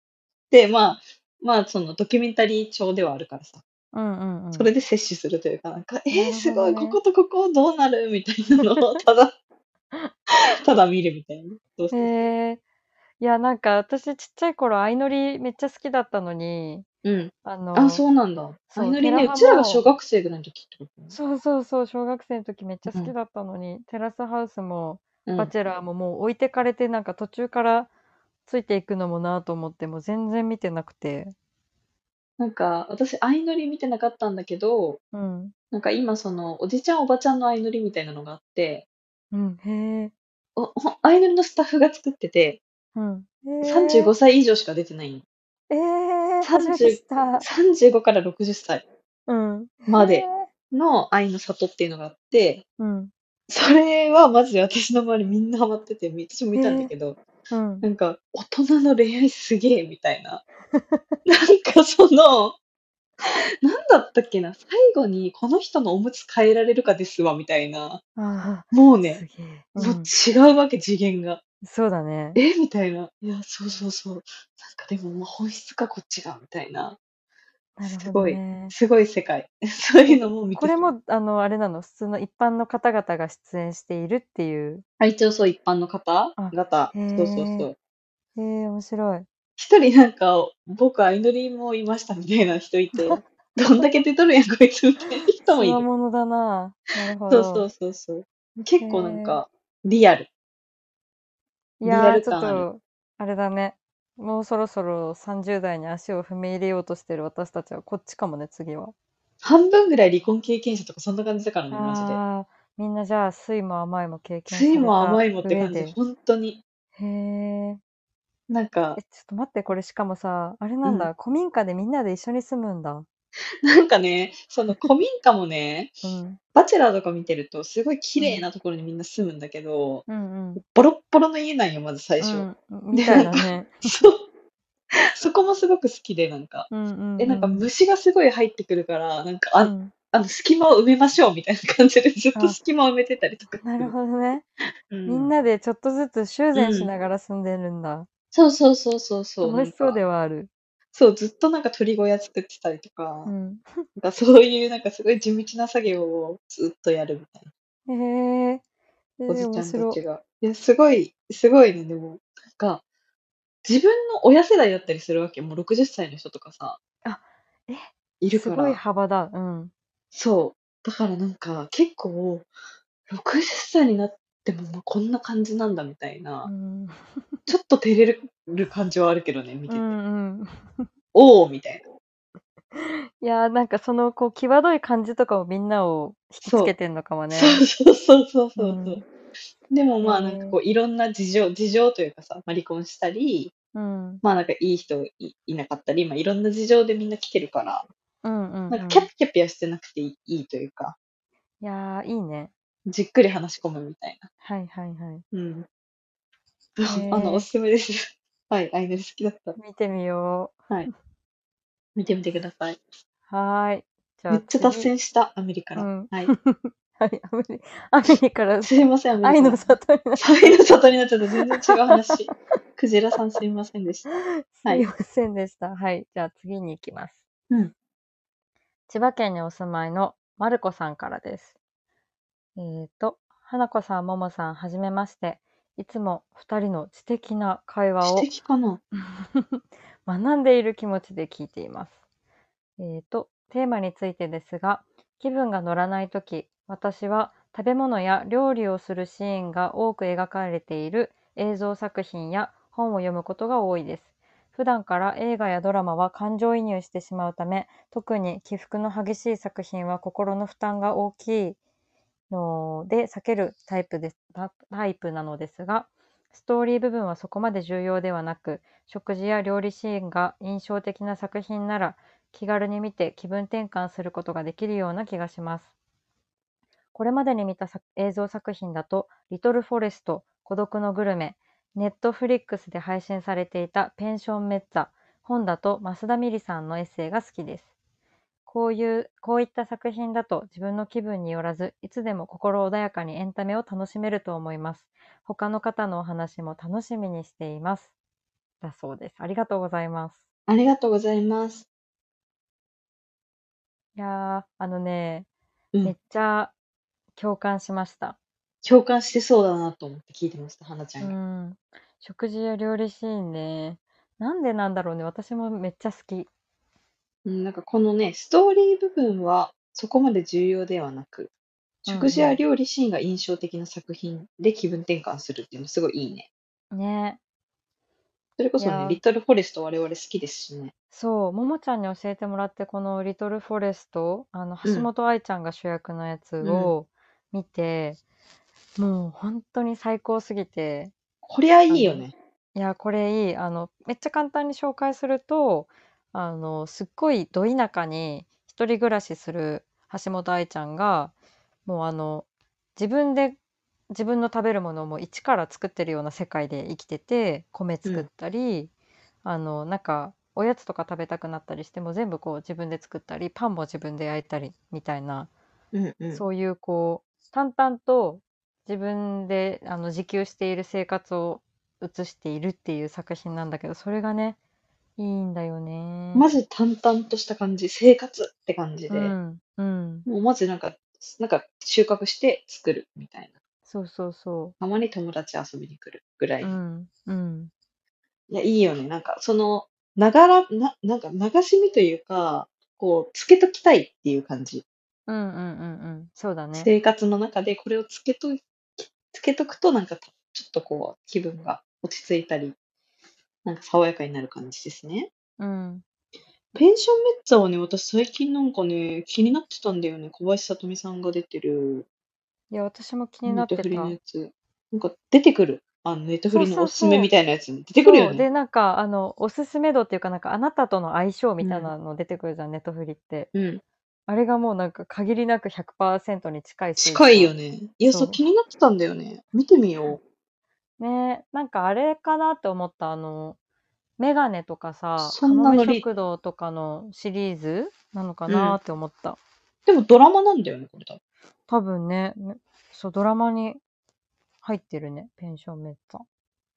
[SPEAKER 1] で、まあ、まあ、そのドキュメンタリー調ではあるからさ、
[SPEAKER 2] うんうんうん。
[SPEAKER 1] それで摂取するというか、なんか、えー、すごい、
[SPEAKER 2] な
[SPEAKER 1] こ
[SPEAKER 2] るほどね
[SPEAKER 1] ことここどうなるみたいなのを、ただ、ただ見るみたいな。どうす
[SPEAKER 2] へ
[SPEAKER 1] る
[SPEAKER 2] え。いや、なんか私ちっちゃい頃、相乗りめっちゃ好きだったのに、
[SPEAKER 1] うん。
[SPEAKER 2] あの、
[SPEAKER 1] あ、そうなんだ。
[SPEAKER 2] そう
[SPEAKER 1] 相乗りね、
[SPEAKER 2] テラハ
[SPEAKER 1] う
[SPEAKER 2] も
[SPEAKER 1] ちらが小学生ぐらいの時ってことね
[SPEAKER 2] そうそうそう、小学生の時めっちゃ好
[SPEAKER 1] う
[SPEAKER 2] きだったのに、テラスハウスも、
[SPEAKER 1] うん
[SPEAKER 2] バチェラーももう置いてかれて、なんか途中からついていくのもなと思って、もう全然見てなくて。
[SPEAKER 1] なんか、私、相乗り見てなかったんだけど、
[SPEAKER 2] うん。
[SPEAKER 1] なんか今、その、おじちゃん、おばちゃんの相乗りみたいなのがあって、
[SPEAKER 2] うん、へえ。
[SPEAKER 1] おお相乗りのスタッフが作ってて、
[SPEAKER 2] うん。
[SPEAKER 1] 35歳以上しか出てないの。
[SPEAKER 2] えー、
[SPEAKER 1] 30
[SPEAKER 2] 初めて知った。
[SPEAKER 1] 35から60歳
[SPEAKER 2] うん。
[SPEAKER 1] まで
[SPEAKER 2] えー。
[SPEAKER 1] の愛の里っていうのがあって、
[SPEAKER 2] うん。
[SPEAKER 1] それはマジで私の周りみんなハマってて、み私も見たんだけど、
[SPEAKER 2] うん
[SPEAKER 1] な。んか大人の恋愛すげえみたいな。なんかその、なんだったっけな、最後にこの人のおむつ変えられるかですわみたいな。
[SPEAKER 2] あ
[SPEAKER 1] もう
[SPEAKER 2] あ、
[SPEAKER 1] ね、
[SPEAKER 2] すげえ。う
[SPEAKER 1] そ
[SPEAKER 2] ん
[SPEAKER 1] う、違うわけ次元が。
[SPEAKER 2] そうだね。
[SPEAKER 1] えみたいな。いや、そうそうそう。なんかでもまあ本質かこっちがみたいな。
[SPEAKER 2] なる
[SPEAKER 1] す
[SPEAKER 2] ほど
[SPEAKER 1] ごい
[SPEAKER 2] ね。
[SPEAKER 1] すごい世界。 そういうのも見て
[SPEAKER 2] これも、あの、あれなの、普通の一般の方々が出演しているっていう。
[SPEAKER 1] あ、一応そう、一般の方
[SPEAKER 2] あ
[SPEAKER 1] 々。
[SPEAKER 2] へー
[SPEAKER 1] そうそうそう。
[SPEAKER 2] へえ、面白い。
[SPEAKER 1] 一人なんか、僕、アイドリーもいましたみたいな人いて、 どんだけ出とるんやん、こいつみたいな人もいる。
[SPEAKER 2] ものだな。なるほ
[SPEAKER 1] そ
[SPEAKER 2] ど。
[SPEAKER 1] うそうそうそう。結構なんか、リアル。
[SPEAKER 2] い
[SPEAKER 1] リア
[SPEAKER 2] やー、
[SPEAKER 1] ル
[SPEAKER 2] ちょっ
[SPEAKER 1] 感ある
[SPEAKER 2] と、あれだね。もうそろそろ30代に足を踏み入れようとしてる私たちはこっちかもね、次は。
[SPEAKER 1] 半分ぐらい離婚経験者とかそんな感じだからね、マジで。
[SPEAKER 2] ああ、みんなじゃあ、酸いも甘いも経験され
[SPEAKER 1] 酸いも
[SPEAKER 2] た
[SPEAKER 1] 甘いもって
[SPEAKER 2] 上
[SPEAKER 1] 感じ、
[SPEAKER 2] で
[SPEAKER 1] 本当に。
[SPEAKER 2] へえ。
[SPEAKER 1] なんか
[SPEAKER 2] え、、ちょっと待って、これしかもさ、あれなんだ、古民家でみんなで一緒に住むんだ。
[SPEAKER 1] なんかね、その古民家もね、
[SPEAKER 2] うん。
[SPEAKER 1] バチェラーとか見てると、すごい綺麗なところにみんな住むんだけど、
[SPEAKER 2] うんうん。
[SPEAKER 1] ボロッボロの家なんよ、まず最初。
[SPEAKER 2] うん、みたいだね。
[SPEAKER 1] そう。 そこもすごく好きで、なんか。
[SPEAKER 2] うんうん、
[SPEAKER 1] え、なんか虫がすごい入ってくるから、なんか、あ,、
[SPEAKER 2] うん
[SPEAKER 1] あの、隙間を埋めましょうみたいな感じで、ずっと
[SPEAKER 2] あ
[SPEAKER 1] 隙間を埋めてたりとかする。
[SPEAKER 2] なるほどね。
[SPEAKER 1] うん
[SPEAKER 2] みんなでちょっとずつ修繕しながら住んでるんだ。
[SPEAKER 1] そうそうそうそうそう。
[SPEAKER 2] 楽しそう
[SPEAKER 1] なんか
[SPEAKER 2] ではある。
[SPEAKER 1] そう、ずっとなんか鳥小屋作ってたりとか、
[SPEAKER 2] う
[SPEAKER 1] なん
[SPEAKER 2] ん。
[SPEAKER 1] かそういうなんかすごい地道な作業をずっとやるみた
[SPEAKER 2] へ
[SPEAKER 1] い
[SPEAKER 2] え。え
[SPEAKER 1] な、お
[SPEAKER 2] ー、
[SPEAKER 1] じちゃ
[SPEAKER 2] 面
[SPEAKER 1] んた
[SPEAKER 2] 白
[SPEAKER 1] ち
[SPEAKER 2] い。
[SPEAKER 1] が。いや、すごい、すごいね、でも、なんか、自分の親世代だったりするわけ、もう60歳の人とかさ、
[SPEAKER 2] あえ
[SPEAKER 1] いる
[SPEAKER 2] す
[SPEAKER 1] か
[SPEAKER 2] ごい
[SPEAKER 1] ら、
[SPEAKER 2] 幅だ。うん。
[SPEAKER 1] そう、だからなんか、結構、60歳になっても、まあこんな感じなんだみたいな、
[SPEAKER 2] うん。
[SPEAKER 1] ちょっと照れる感じはあるけどね、見て
[SPEAKER 2] う
[SPEAKER 1] て、
[SPEAKER 2] んうん。
[SPEAKER 1] おおみたいな。
[SPEAKER 2] いやー、なんかその、こう、際どい感じとかをみんなを引きつけてんのかもね。
[SPEAKER 1] そうそうそうそうそう
[SPEAKER 2] うん
[SPEAKER 1] そう。でもまあ
[SPEAKER 2] へ
[SPEAKER 1] な
[SPEAKER 2] え
[SPEAKER 1] んかこういろんな事情、事情というかさ、まあ、離婚したり、
[SPEAKER 2] うん。
[SPEAKER 1] まあなんかいい人いいなかったり、まあいろんな事情でみんな来てるから、
[SPEAKER 2] うんうん、う
[SPEAKER 1] なん
[SPEAKER 2] ん。
[SPEAKER 1] かキャピキャピはしてなくていいいいというか、
[SPEAKER 2] いやー、いいね。
[SPEAKER 1] じっくり話し込むみたいな。
[SPEAKER 2] はいはいはい。
[SPEAKER 1] うん。
[SPEAKER 2] ー
[SPEAKER 1] あの、おすすめです。 はい、アイドル好きだったら
[SPEAKER 2] 見てみよ
[SPEAKER 1] 見てみてください。
[SPEAKER 2] う。はーい。じ
[SPEAKER 1] めっちゃ脱線した、アメリカ
[SPEAKER 2] から。
[SPEAKER 1] か
[SPEAKER 2] う
[SPEAKER 1] ら。
[SPEAKER 2] ん。
[SPEAKER 1] はい。
[SPEAKER 2] はい。アメリアメリカ から
[SPEAKER 1] すいません、 ア
[SPEAKER 2] 愛
[SPEAKER 1] メリカ
[SPEAKER 2] の里になっ
[SPEAKER 1] 愛の里になっちゃった。全然違う話。 クジラさんすいませんでした。は
[SPEAKER 2] す
[SPEAKER 1] い
[SPEAKER 2] いませんでした。はい。じゃあ次に行きます。
[SPEAKER 1] うん。
[SPEAKER 2] 千葉県にお住まいのまるこさんからです。えっ、と、花子さん、ももさん、はじめまして。いつも二人の知的な会話
[SPEAKER 1] 知
[SPEAKER 2] を
[SPEAKER 1] 的かな
[SPEAKER 2] 学んでいる気持ちで聞いています。えー、と、テーマについてですが、気分が乗らないとき、私は食べ物や料理をするシーンが多く描かれている映像作品や本を読むことが多いです。普段から映画やドラマは感情移入してしまうため、特に起伏の激しい作品は心の負担が大きいので避けるタイプですタタイプなのですが、ストーリー部分はそこまで重要ではなく、食事や料理シーンが印象的な作品なら気軽に見て気分転換することができるような気がします。これまでに見た作映像作品だと、リトルフォレスト、孤独のグルメ、ネットフリックスで配信されていたペンションメッツァ、本だと増田美里さんのエッセイが好きです。こういう、こういった作品だと自分の気分によらず、いつでも心穏やかにエンタメを楽しめると思います。他の方のお話も楽しみにしています。だそうです。ありがとうございます。
[SPEAKER 1] ありがとうございます。
[SPEAKER 2] いやー、あのね、
[SPEAKER 1] う
[SPEAKER 2] めっ
[SPEAKER 1] ん。
[SPEAKER 2] ちゃ共感しました。
[SPEAKER 1] 共感してそうだなと思って聞いてました、花ちゃ
[SPEAKER 2] うん
[SPEAKER 1] が。
[SPEAKER 2] ん。食事や料理シーンね。なんでなんだろうね。私もめっちゃ好き。
[SPEAKER 1] うん、なんかこのね、ストーリー部分はそこまで重要ではな
[SPEAKER 2] う
[SPEAKER 1] く、
[SPEAKER 2] ん
[SPEAKER 1] 食事や料理シーンが印象的な作品で気分転換するっていうのすごいいいね。
[SPEAKER 2] ね。
[SPEAKER 1] それこそ
[SPEAKER 2] いや
[SPEAKER 1] ね、
[SPEAKER 2] ー
[SPEAKER 1] リトルフォレスト我々好きですしね。
[SPEAKER 2] そう、ももちゃんに教えてもらって、このリトルフォレスト、あの、
[SPEAKER 1] うん
[SPEAKER 2] 橋本愛ちゃんが主役のやつ
[SPEAKER 1] うん
[SPEAKER 2] を見て、もう本当に最高すぎて、
[SPEAKER 1] こりゃいいよね。
[SPEAKER 2] いや、これいい。あの、めっちゃ簡単に紹介すると、あの、すっごいど田舎に一人暮らしする橋本愛ちゃんが、もうあの、自分で自分の食べるものをもう一から作ってるような世界で生きてて、米作ったり、あの、なんか、おやつとか食べたくなったりしても全部こう自分で作ったり、パンも自分で焼いたりみたいな、
[SPEAKER 1] うんうん。
[SPEAKER 2] そういうこう淡々と自分であの自給している生活を映しているっていう作品なんだけどそれがねいいんだよね。
[SPEAKER 1] ま
[SPEAKER 2] ジ
[SPEAKER 1] ず淡々とした感じ、生活って感じ
[SPEAKER 2] う
[SPEAKER 1] で、
[SPEAKER 2] ん、うん、
[SPEAKER 1] もうまずなんか、なんか収穫して作るみたいな。
[SPEAKER 2] そうそうそ
[SPEAKER 1] たまに友達遊びに来るぐら
[SPEAKER 2] う。
[SPEAKER 1] い。
[SPEAKER 2] うん、うん、
[SPEAKER 1] いや、いいよね。なんか、その、ながら、な、なんか流し見というか、こう、つけときたいっていう感じ。
[SPEAKER 2] うん、うん、うん、うん、そうだね。
[SPEAKER 1] 生活の中でこれをつけとき、つけとくと、なんか、たちょっとこう、気分が落ち着いたり、なんか爽やかになる感じですね。
[SPEAKER 2] うん、
[SPEAKER 1] ペンションメッツァはね、私最近なんかね、気になってたんだよね。小林さとみさんが出てる、
[SPEAKER 2] いや、私も気
[SPEAKER 1] ネ
[SPEAKER 2] にな
[SPEAKER 1] ッ
[SPEAKER 2] って
[SPEAKER 1] ト
[SPEAKER 2] た。
[SPEAKER 1] フリのやつ。なんか出てくる。あの、ネットフリ
[SPEAKER 2] そうそうそう
[SPEAKER 1] のおすすめみたいなやつに出てくるよ
[SPEAKER 2] そう
[SPEAKER 1] ね
[SPEAKER 2] で、。なんか、あの、おすすめ度っていうか、なんか、あなたとの相性みたいなの出てくるじゃん、ネットフリって。
[SPEAKER 1] うん。
[SPEAKER 2] あれがもうなんか、限りなく100%に近い数字
[SPEAKER 1] 近い
[SPEAKER 2] が
[SPEAKER 1] よね。いや、
[SPEAKER 2] そう
[SPEAKER 1] そう、気になってたんだよね。見てみよ
[SPEAKER 2] ねえ、なんかあれかなって思った、あの、メガネとかさ、
[SPEAKER 1] そ
[SPEAKER 2] カ
[SPEAKER 1] んな
[SPEAKER 2] モメ
[SPEAKER 1] ノリ
[SPEAKER 2] 食堂とかのシリーズなのかなって思った。
[SPEAKER 1] う。でもドラマなんだよね、これ多分。
[SPEAKER 2] 多分ね、めそう、ドラマに入ってるね、ペンションメッツァ。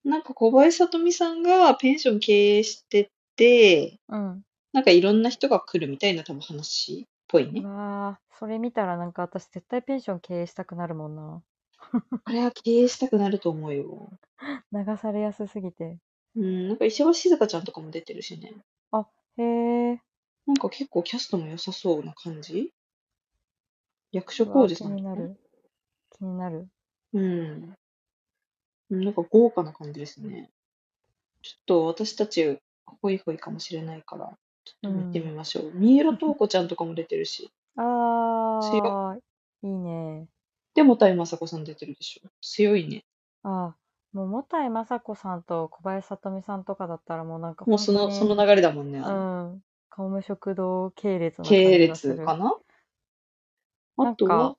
[SPEAKER 1] なんか小林さとみさんがペンション経営してて、
[SPEAKER 2] うん。
[SPEAKER 1] なんかいろんな人が来るみたいな多分話っぽいね
[SPEAKER 2] う。わー、それ見たらなんか私絶対ペンション経営したくなるもんな。
[SPEAKER 1] あれは経営したくなると思うよ。
[SPEAKER 2] 流されやすすぎて。
[SPEAKER 1] うん、なんか石橋静香ちゃんとかも出てるしね。
[SPEAKER 2] へえ、
[SPEAKER 1] なんか結構キャストも良さそうな感じ役所
[SPEAKER 2] うわ
[SPEAKER 1] 広
[SPEAKER 2] ー、
[SPEAKER 1] 司
[SPEAKER 2] 気
[SPEAKER 1] さん
[SPEAKER 2] に
[SPEAKER 1] と
[SPEAKER 2] な
[SPEAKER 1] かね
[SPEAKER 2] る。気になる。
[SPEAKER 1] うん。なんか豪華な感じですね。ちょっと私たちホイホイかもしれないから、ちょっと見てみましょう。三浦透子ちゃんとかも出てるし、
[SPEAKER 2] あー、いいね。
[SPEAKER 1] でも田井雅子さん出てるでしょ。強いね。
[SPEAKER 2] ああ、もうもたいまさこさんと小林さとみさんとかだったらもうなんか
[SPEAKER 1] もうそ
[SPEAKER 2] 本当
[SPEAKER 1] の、その
[SPEAKER 2] に、
[SPEAKER 1] 流れだもんね。あの
[SPEAKER 2] うん、カオム食堂系列な感
[SPEAKER 1] 系
[SPEAKER 2] じがす
[SPEAKER 1] 列
[SPEAKER 2] る。
[SPEAKER 1] かな
[SPEAKER 2] な
[SPEAKER 1] あ
[SPEAKER 2] ん
[SPEAKER 1] と
[SPEAKER 2] か
[SPEAKER 1] は、、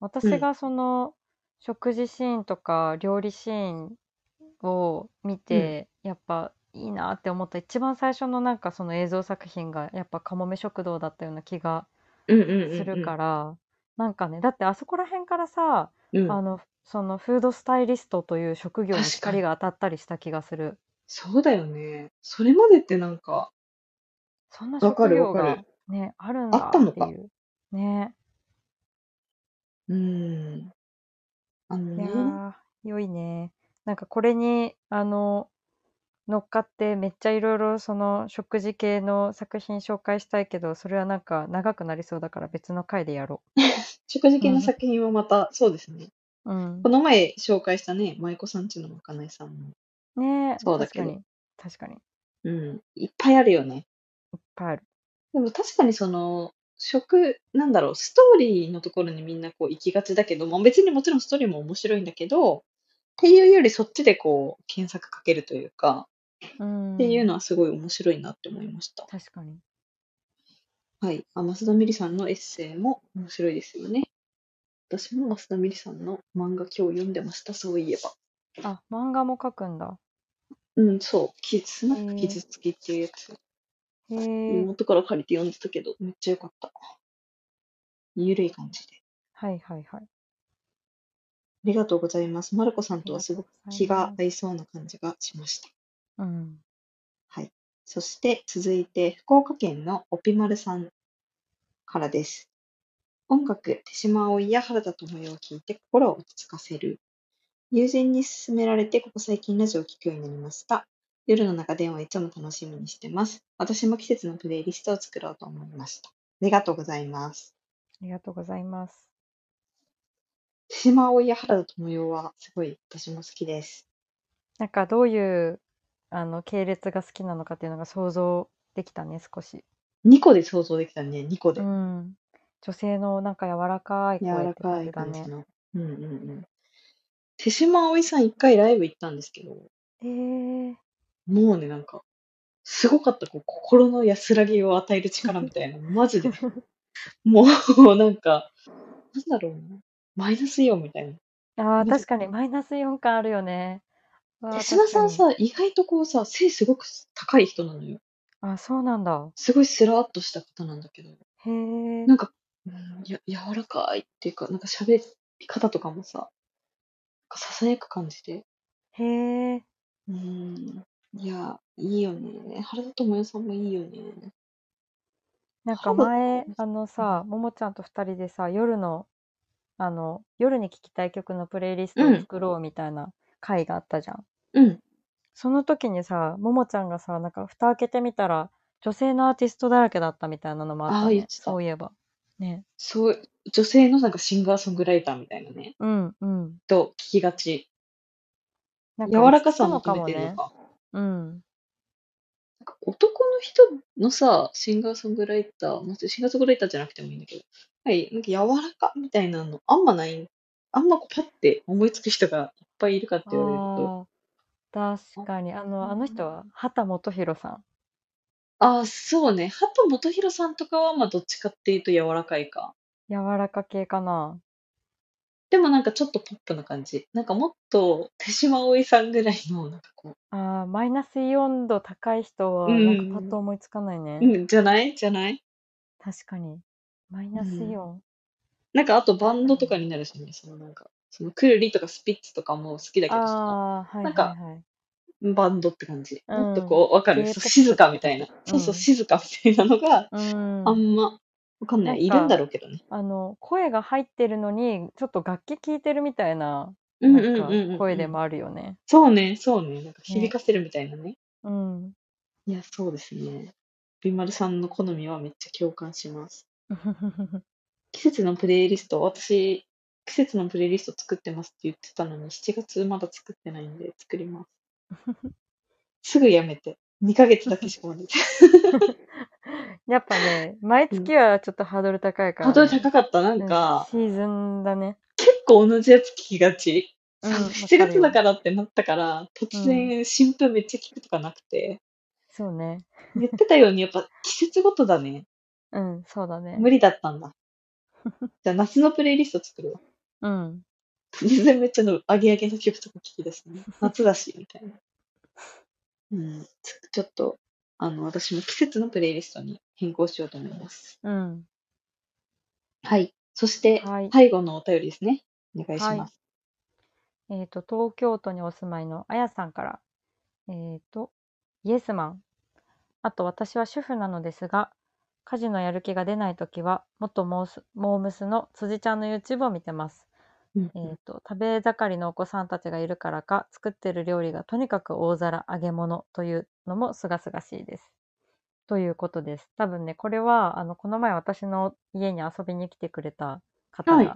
[SPEAKER 2] 私がその食事シーンとか料理シーンを見てやっぱいいなって思った一番最初のなんかその映像作品がやっぱかもめ食堂だったような気が
[SPEAKER 1] うんうんうんうん。
[SPEAKER 2] するからなんかねだってあそこら辺からさ
[SPEAKER 1] うん
[SPEAKER 2] あのそのフードスタイリストという職業に
[SPEAKER 1] 確かに
[SPEAKER 2] 光が当たったりした気がする
[SPEAKER 1] そうだよね。それまでってなんか、
[SPEAKER 2] そんな
[SPEAKER 1] わか
[SPEAKER 2] 職
[SPEAKER 1] るわ
[SPEAKER 2] 業
[SPEAKER 1] か
[SPEAKER 2] が
[SPEAKER 1] る。
[SPEAKER 2] ねあるん
[SPEAKER 1] あった
[SPEAKER 2] だっ
[SPEAKER 1] の
[SPEAKER 2] て
[SPEAKER 1] か。
[SPEAKER 2] いうね
[SPEAKER 1] うん。あの
[SPEAKER 2] いや
[SPEAKER 1] ね。
[SPEAKER 2] ー良いねなんかこれにあの乗っかってめっちゃいろいろその食事系の作品紹介したいけどそれはなんか長くなりそうだから別の回でやろ
[SPEAKER 1] 食事
[SPEAKER 2] う。う
[SPEAKER 1] 系の
[SPEAKER 2] ん、
[SPEAKER 1] 作品はまた、そうですね。
[SPEAKER 2] う
[SPEAKER 1] こ
[SPEAKER 2] ん、
[SPEAKER 1] の前紹介したね、舞子さんちのまかないさんも
[SPEAKER 2] ねえ
[SPEAKER 1] そうだ
[SPEAKER 2] 確
[SPEAKER 1] け
[SPEAKER 2] か
[SPEAKER 1] ど、
[SPEAKER 2] に確かにいっ
[SPEAKER 1] うん、いっぱいあるよね。
[SPEAKER 2] ぱいある。
[SPEAKER 1] でも確かにその、食、なんだろう、ストーリーのところにみんなこう行きがちだけど、まあ、別にもちろんストーリーも面白いんだけど、っていうよりそっちでこう、検索かけるというか、
[SPEAKER 2] う
[SPEAKER 1] っていうんのはすごい面白いなって思いました。
[SPEAKER 2] 確かに。
[SPEAKER 1] はい。あ、増田みりさんのエッセイも面白いですよね。私も増田みりさんの漫画今日読んでました、そういえば。
[SPEAKER 2] あ漫画も描くんだ。
[SPEAKER 1] うん、そう。きスナ
[SPEAKER 2] へ
[SPEAKER 1] ック
[SPEAKER 2] え
[SPEAKER 1] 傷つきっていうやつ。
[SPEAKER 2] へえ
[SPEAKER 1] 妹から借りて読んでたけど、めっちゃよかった。ゆるい感じで。あ
[SPEAKER 2] はいはいはい。
[SPEAKER 1] りがとうございます。まるこさ
[SPEAKER 2] あ
[SPEAKER 1] ん
[SPEAKER 2] り
[SPEAKER 1] とは
[SPEAKER 2] が
[SPEAKER 1] す
[SPEAKER 2] とう
[SPEAKER 1] ごく
[SPEAKER 2] ござい
[SPEAKER 1] 気が
[SPEAKER 2] ま
[SPEAKER 1] 合
[SPEAKER 2] す。
[SPEAKER 1] いそうな感じがしました。
[SPEAKER 2] うん。
[SPEAKER 1] はい。そして続いて、福岡県のオピマルさんからです。音楽、手島葵や原田知世を聴いて心を落ち着かせる。友人に勧められて、ここ最近ラジオを聴くようになりました。夜の中電話いつも楽しみにしてます。私も季節のプレイリストを作ろうと思いました。ありがとうございます。
[SPEAKER 2] ありがとうございます。
[SPEAKER 1] 手島葵や原田知世はすごい私も好きです。
[SPEAKER 2] なんかどういうあの系列が好きなのかっていうのが想像できたね少し。
[SPEAKER 1] 2個で想像できたね、2個
[SPEAKER 2] う
[SPEAKER 1] で。
[SPEAKER 2] ん。女性のなんか柔らかい
[SPEAKER 1] 柔
[SPEAKER 2] 声っ
[SPEAKER 1] ら
[SPEAKER 2] て感
[SPEAKER 1] か
[SPEAKER 2] じ
[SPEAKER 1] い
[SPEAKER 2] だ
[SPEAKER 1] 感じ
[SPEAKER 2] ね。
[SPEAKER 1] の。うんうんうん。手島葵さん一回ライブ行ったんですけど、
[SPEAKER 2] えー、
[SPEAKER 1] もうね、なんか、すごかった、こう、心の安らぎを与える力みた いな、マジで、もうなんか、なんだろうな、マイナスイオンみたいな。
[SPEAKER 2] ああ
[SPEAKER 1] マ
[SPEAKER 2] 確
[SPEAKER 1] ジ
[SPEAKER 2] かにマイナス4感あるよね。わ
[SPEAKER 1] 手
[SPEAKER 2] あ
[SPEAKER 1] 島
[SPEAKER 2] 確か
[SPEAKER 1] さん
[SPEAKER 2] に。
[SPEAKER 1] さ、意外とこうさ、背すごく高い人なのよ。
[SPEAKER 2] あそうなんだ。
[SPEAKER 1] すごいスラーっとした方なんだけど、
[SPEAKER 2] へえ。
[SPEAKER 1] なんか、うんや、柔らかいっていうか、なんか喋り方とかもさ、なんかささやく感じで、
[SPEAKER 2] へえ。
[SPEAKER 1] うん、いや、いいよね。原田知世さんもいいよね。
[SPEAKER 2] なんか
[SPEAKER 1] 原田知
[SPEAKER 2] 前
[SPEAKER 1] 世
[SPEAKER 2] あの
[SPEAKER 1] さん、
[SPEAKER 2] さももちゃんと2人でさ夜のあの夜に聴きたい曲のプレイリス
[SPEAKER 1] う
[SPEAKER 2] トを
[SPEAKER 1] ん、
[SPEAKER 2] 作ろうみたいな回があったじゃん。
[SPEAKER 1] うん、
[SPEAKER 2] その時にさ、ももちゃんがさ、なんか蓋開けてみたら、女性のアーティストだらけだったみたいなのもあっ
[SPEAKER 1] あ
[SPEAKER 2] た
[SPEAKER 1] あ、言っ
[SPEAKER 2] ね。
[SPEAKER 1] て
[SPEAKER 2] そ
[SPEAKER 1] た。
[SPEAKER 2] ういえば。ね。
[SPEAKER 1] そう、女性のなんかシンガーソングライターみたいなね、
[SPEAKER 2] うん、うん。
[SPEAKER 1] と聞きがち。
[SPEAKER 2] なんか
[SPEAKER 1] 柔
[SPEAKER 2] 落
[SPEAKER 1] ら
[SPEAKER 2] ち
[SPEAKER 1] か
[SPEAKER 2] 着く
[SPEAKER 1] さ
[SPEAKER 2] の
[SPEAKER 1] 求
[SPEAKER 2] か
[SPEAKER 1] め
[SPEAKER 2] も
[SPEAKER 1] てんの
[SPEAKER 2] ね。
[SPEAKER 1] か。
[SPEAKER 2] うん。
[SPEAKER 1] なんか男の人のさ、シンガーソングライター、まずシンガーソングライターじゃなくてもいいんだけど、はい、なんか柔らかみたいなの、あんまない、あんまこうパッて思いつく人がいっぱいいるかって言われる
[SPEAKER 2] ああ、
[SPEAKER 1] と、
[SPEAKER 2] 確
[SPEAKER 1] あん
[SPEAKER 2] かに。あの、あの人は、
[SPEAKER 1] ま
[SPEAKER 2] 畑基博さん。
[SPEAKER 1] あー、そうね。畑基博さんとかは、まあ、どっちかっていうと柔らかいか。
[SPEAKER 2] 柔らか系かな。
[SPEAKER 1] でもなんかちょっとポップな感じ。なんかもっと、手島葵さんぐらいの、なんかこう、
[SPEAKER 2] ああ、マイナスイオン度高い人
[SPEAKER 1] う
[SPEAKER 2] は、なんかパッと
[SPEAKER 1] ん、
[SPEAKER 2] 思いつかないね。
[SPEAKER 1] うん、じゃないじゃない
[SPEAKER 2] 確かに。マイ
[SPEAKER 1] う
[SPEAKER 2] ナスイ
[SPEAKER 1] ん。
[SPEAKER 2] オン。
[SPEAKER 1] なんかあとバ
[SPEAKER 2] 確
[SPEAKER 1] ン
[SPEAKER 2] か
[SPEAKER 1] ドとか
[SPEAKER 2] に。
[SPEAKER 1] になるしね、そのなんか、そのクルリとかスピッツとかも好きだけどさ、
[SPEAKER 2] ああ、はい
[SPEAKER 1] なん
[SPEAKER 2] はい
[SPEAKER 1] か
[SPEAKER 2] はい。
[SPEAKER 1] バンドって感じ。
[SPEAKER 2] う
[SPEAKER 1] もっと
[SPEAKER 2] ん。
[SPEAKER 1] こう、わかる。そう、静
[SPEAKER 2] J-POP っ
[SPEAKER 1] か
[SPEAKER 2] て
[SPEAKER 1] み
[SPEAKER 2] こ
[SPEAKER 1] たい
[SPEAKER 2] と
[SPEAKER 1] な。
[SPEAKER 2] う
[SPEAKER 1] そうそ
[SPEAKER 2] ん。
[SPEAKER 1] う、静かみたいなのが
[SPEAKER 2] う
[SPEAKER 1] あ
[SPEAKER 2] ん。
[SPEAKER 1] んま、わかん
[SPEAKER 2] な
[SPEAKER 1] な
[SPEAKER 2] ん
[SPEAKER 1] い。いるんだ
[SPEAKER 2] か、
[SPEAKER 1] ろうけどね。
[SPEAKER 2] あの、声が入ってるのに、ちょっと楽器聴いてるみたいな、
[SPEAKER 1] うん
[SPEAKER 2] な
[SPEAKER 1] うんんうん
[SPEAKER 2] か、
[SPEAKER 1] うん
[SPEAKER 2] 声
[SPEAKER 1] う
[SPEAKER 2] で
[SPEAKER 1] ん。
[SPEAKER 2] もあるよね。
[SPEAKER 1] そうね、そうね。なんか響
[SPEAKER 2] ね。
[SPEAKER 1] かせるみたいなね。
[SPEAKER 2] うん。
[SPEAKER 1] いや、そうですね。ビマルさんの好みはめっちゃ共感します。季節のプレイリスト、私、季節のプレイリスト作ってますって言ってたのに、7月まだ作ってないんで作ります。すぐやめて。2ヶ月だけしかまで。
[SPEAKER 2] やっぱね、毎
[SPEAKER 1] うん。
[SPEAKER 2] 月はちょっとハードル高いか
[SPEAKER 1] ハー
[SPEAKER 2] ら
[SPEAKER 1] ドル
[SPEAKER 2] ね。
[SPEAKER 1] 高かった。なん
[SPEAKER 2] うん、
[SPEAKER 1] か、
[SPEAKER 2] シーズンだね。
[SPEAKER 1] 結構同じやつ聞きがち。
[SPEAKER 2] う、
[SPEAKER 1] そうん
[SPEAKER 2] わ
[SPEAKER 1] 7
[SPEAKER 2] かる
[SPEAKER 1] 月だ
[SPEAKER 2] よ。
[SPEAKER 1] からってなったから、
[SPEAKER 2] う
[SPEAKER 1] 突
[SPEAKER 2] ん、
[SPEAKER 1] 然新譜めっちゃ聞くとかなくて。
[SPEAKER 2] そうね。
[SPEAKER 1] 言ってたように、やっぱ季節ごとだね。
[SPEAKER 2] うん、そうだね。
[SPEAKER 1] 無理だったんだ。じゃあ夏のプレイリスト作るわ。
[SPEAKER 2] うん。
[SPEAKER 1] 全然めっちゃのアゲアゲの曲とか聴き出すね。夏だし、みたいな。うん。ちょっと、あの、私も季節のプレイリストに変更しようと思います。
[SPEAKER 2] うん。
[SPEAKER 1] はい。そして、
[SPEAKER 2] はい
[SPEAKER 1] 最後のお便りですね。お願いします。
[SPEAKER 2] えっ、と、東京都にお住まいのあやさんから、えっ、と、イエスマン。あと、私は主婦なのですが、家事のやる気が出ないときは、元モースモームスの辻ちゃんの YouTube を見てます。
[SPEAKER 1] うん
[SPEAKER 2] えっ、と、食べ盛りのお子さんたちがいるからか、作ってる料理がとにかく大皿揚げ物というのもすがすがしいです。ということです。多分ね、これは、あの、この前私の家に遊びに来てくれた方が、
[SPEAKER 1] はい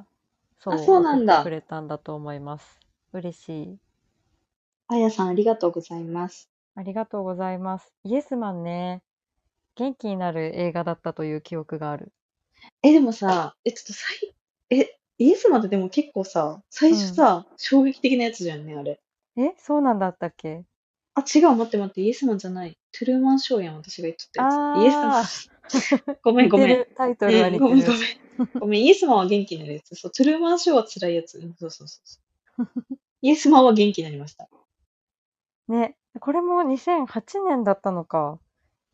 [SPEAKER 2] そ
[SPEAKER 1] あそうなんだ
[SPEAKER 2] 送ってくれたんだと思います。嬉しい。
[SPEAKER 1] あやさん、ありがとうございます。
[SPEAKER 2] ありがとうございます。イエスマンね、元気になる映画だったという記憶がある。
[SPEAKER 1] え、でもさ、え、ちょっとさい、え、イエスまででも結構さ、最初さ、衝撃的なやつじゃんね、あれ。
[SPEAKER 2] え、そうなんだったっけ
[SPEAKER 1] あ、違う、待って待って、イエスマンじゃない。トゥルーマンショーやん、私が言っとったや
[SPEAKER 2] あ
[SPEAKER 1] つ。
[SPEAKER 2] ー
[SPEAKER 1] イエスマン。 ごめん、ごめ
[SPEAKER 2] 似て
[SPEAKER 1] ん。
[SPEAKER 2] るタイトルは
[SPEAKER 1] うん
[SPEAKER 2] 似て
[SPEAKER 1] ご
[SPEAKER 2] る。
[SPEAKER 1] めん、ごめん。ごめん、イエスマンは元気になるやつ。そう、トゥルーマンショーは辛いやつ。うんそうそうそうそう。イエスマンは元気になりました。
[SPEAKER 2] ね、これも2008年だったのか。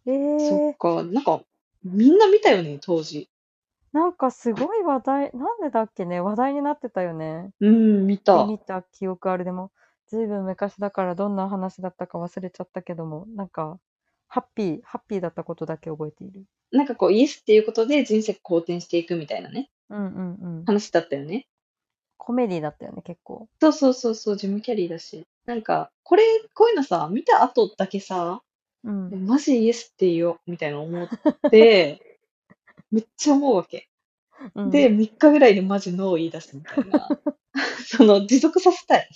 [SPEAKER 2] え
[SPEAKER 1] そ
[SPEAKER 2] ー
[SPEAKER 1] っ、か、なんか、みんな見たよね、当時。
[SPEAKER 2] なんかすごい話題、なんでだっけね、話題になってたよね。
[SPEAKER 1] うん、見た。
[SPEAKER 2] 見た記憶あるでも、ずいぶん昔だからどんな話だったか忘れちゃったけども、なんか、ハッピー、ハッピーだったことだけ覚えている。
[SPEAKER 1] なんかこう、イエスっていうことで人生が好転していくみたいなね、
[SPEAKER 2] うんうんうん。
[SPEAKER 1] 話だったよね。
[SPEAKER 2] コメディだったよね、結構。
[SPEAKER 1] そうそうそう、そうジム・キャリーだし。なんか、これ、こういうのさ、見た後だけさ、
[SPEAKER 2] うん。
[SPEAKER 1] マジイエスって言おう、みたいな 思って、めっちゃ思うわけ。
[SPEAKER 2] うん
[SPEAKER 1] で、3日ぐらいでマジノーを言い出すみたいな。 その、持続させたい。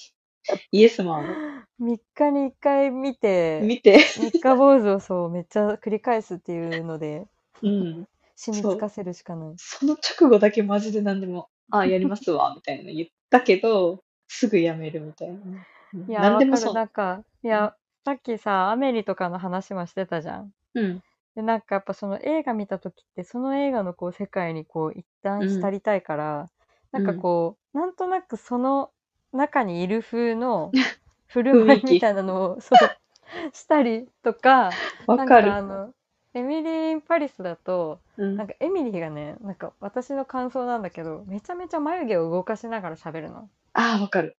[SPEAKER 1] イエスマンを
[SPEAKER 2] 3日に1回見て、
[SPEAKER 1] 見て、
[SPEAKER 2] 三日坊主をそう、めっちゃ繰り返すっていうので、
[SPEAKER 1] うん。
[SPEAKER 2] 染みつかせるしかない。
[SPEAKER 1] その直後だけマジで何でも、あ、やりますわ、みたいな言ったけど、すぐやめるみたいな。うん
[SPEAKER 2] いや、
[SPEAKER 1] 何
[SPEAKER 2] わ
[SPEAKER 1] で
[SPEAKER 2] かる。
[SPEAKER 1] もそ
[SPEAKER 2] な
[SPEAKER 1] う。
[SPEAKER 2] んか、いや、さっきさ、アメリとかの話もしてたじゃん。
[SPEAKER 1] うん。
[SPEAKER 2] で、なんかやっぱその映画見た時って、その映画のこう世界にこう一旦浸りたいから、
[SPEAKER 1] うん
[SPEAKER 2] なんかこう、なんとなくその中にいる風 の振る
[SPEAKER 1] 雰
[SPEAKER 2] 舞
[SPEAKER 1] 囲
[SPEAKER 2] い
[SPEAKER 1] 気
[SPEAKER 2] みたいなのを、そう、したりとか、
[SPEAKER 1] わ
[SPEAKER 2] な
[SPEAKER 1] か
[SPEAKER 2] ん
[SPEAKER 1] る。
[SPEAKER 2] かあの、エミリー・イン・パリスだと、
[SPEAKER 1] うん
[SPEAKER 2] なんかエミリーがね、なんか私の感想なんだけど、めちゃめちゃ眉毛を動かしながら喋るの。
[SPEAKER 1] ああ、わかる。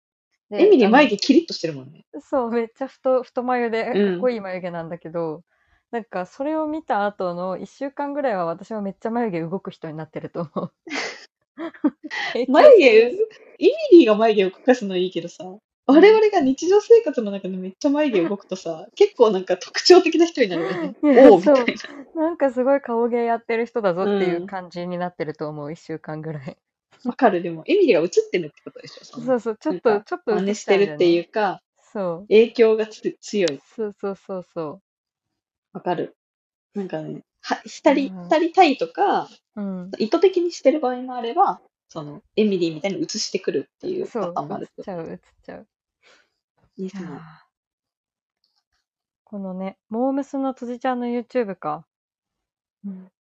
[SPEAKER 2] で
[SPEAKER 1] エミリー眉
[SPEAKER 2] 毛
[SPEAKER 1] 毛キリッとしてるもんね。
[SPEAKER 2] そう、めっちゃ太太眉で、
[SPEAKER 1] うん
[SPEAKER 2] かっこいい眉毛なんだけど、なんかそれを見た後の1週間ぐらいは私はめっちゃ眉毛動く人になってると思う。
[SPEAKER 1] 眉毛、エミリーが眉毛を動かすのいいけどさ、我々が日常生活の中でめっちゃ眉毛動くとさ、結構なんか特徴的な人になるよね。
[SPEAKER 2] いや
[SPEAKER 1] おおみたいな
[SPEAKER 2] そう。なんかすごい顔芸やってる人だぞってい
[SPEAKER 1] うん
[SPEAKER 2] う感じになってると思う、1週間ぐらい。
[SPEAKER 1] わかる。でも、エミリーが映ってるってことでしょ。その
[SPEAKER 2] そうそう、ちょっ
[SPEAKER 1] なん
[SPEAKER 2] と、ちょっと。
[SPEAKER 1] 真似してるっていううか、
[SPEAKER 2] そう。
[SPEAKER 1] 影響がつ強い。
[SPEAKER 2] そうそうそうそ
[SPEAKER 1] わかる。なんかね、は、浸り、
[SPEAKER 2] うん
[SPEAKER 1] 浸りたいとか、
[SPEAKER 2] う。うん。
[SPEAKER 1] 意図的にしてる場合もあれば、その、エミリーみたいに映してくるっていう
[SPEAKER 2] そ
[SPEAKER 1] パ
[SPEAKER 2] う
[SPEAKER 1] ターンもあ
[SPEAKER 2] 映っ
[SPEAKER 1] るけど
[SPEAKER 2] ちゃう、映っちゃう。
[SPEAKER 1] いいですね
[SPEAKER 2] いやーこのね、モームスの辻ちゃんの YouTube か。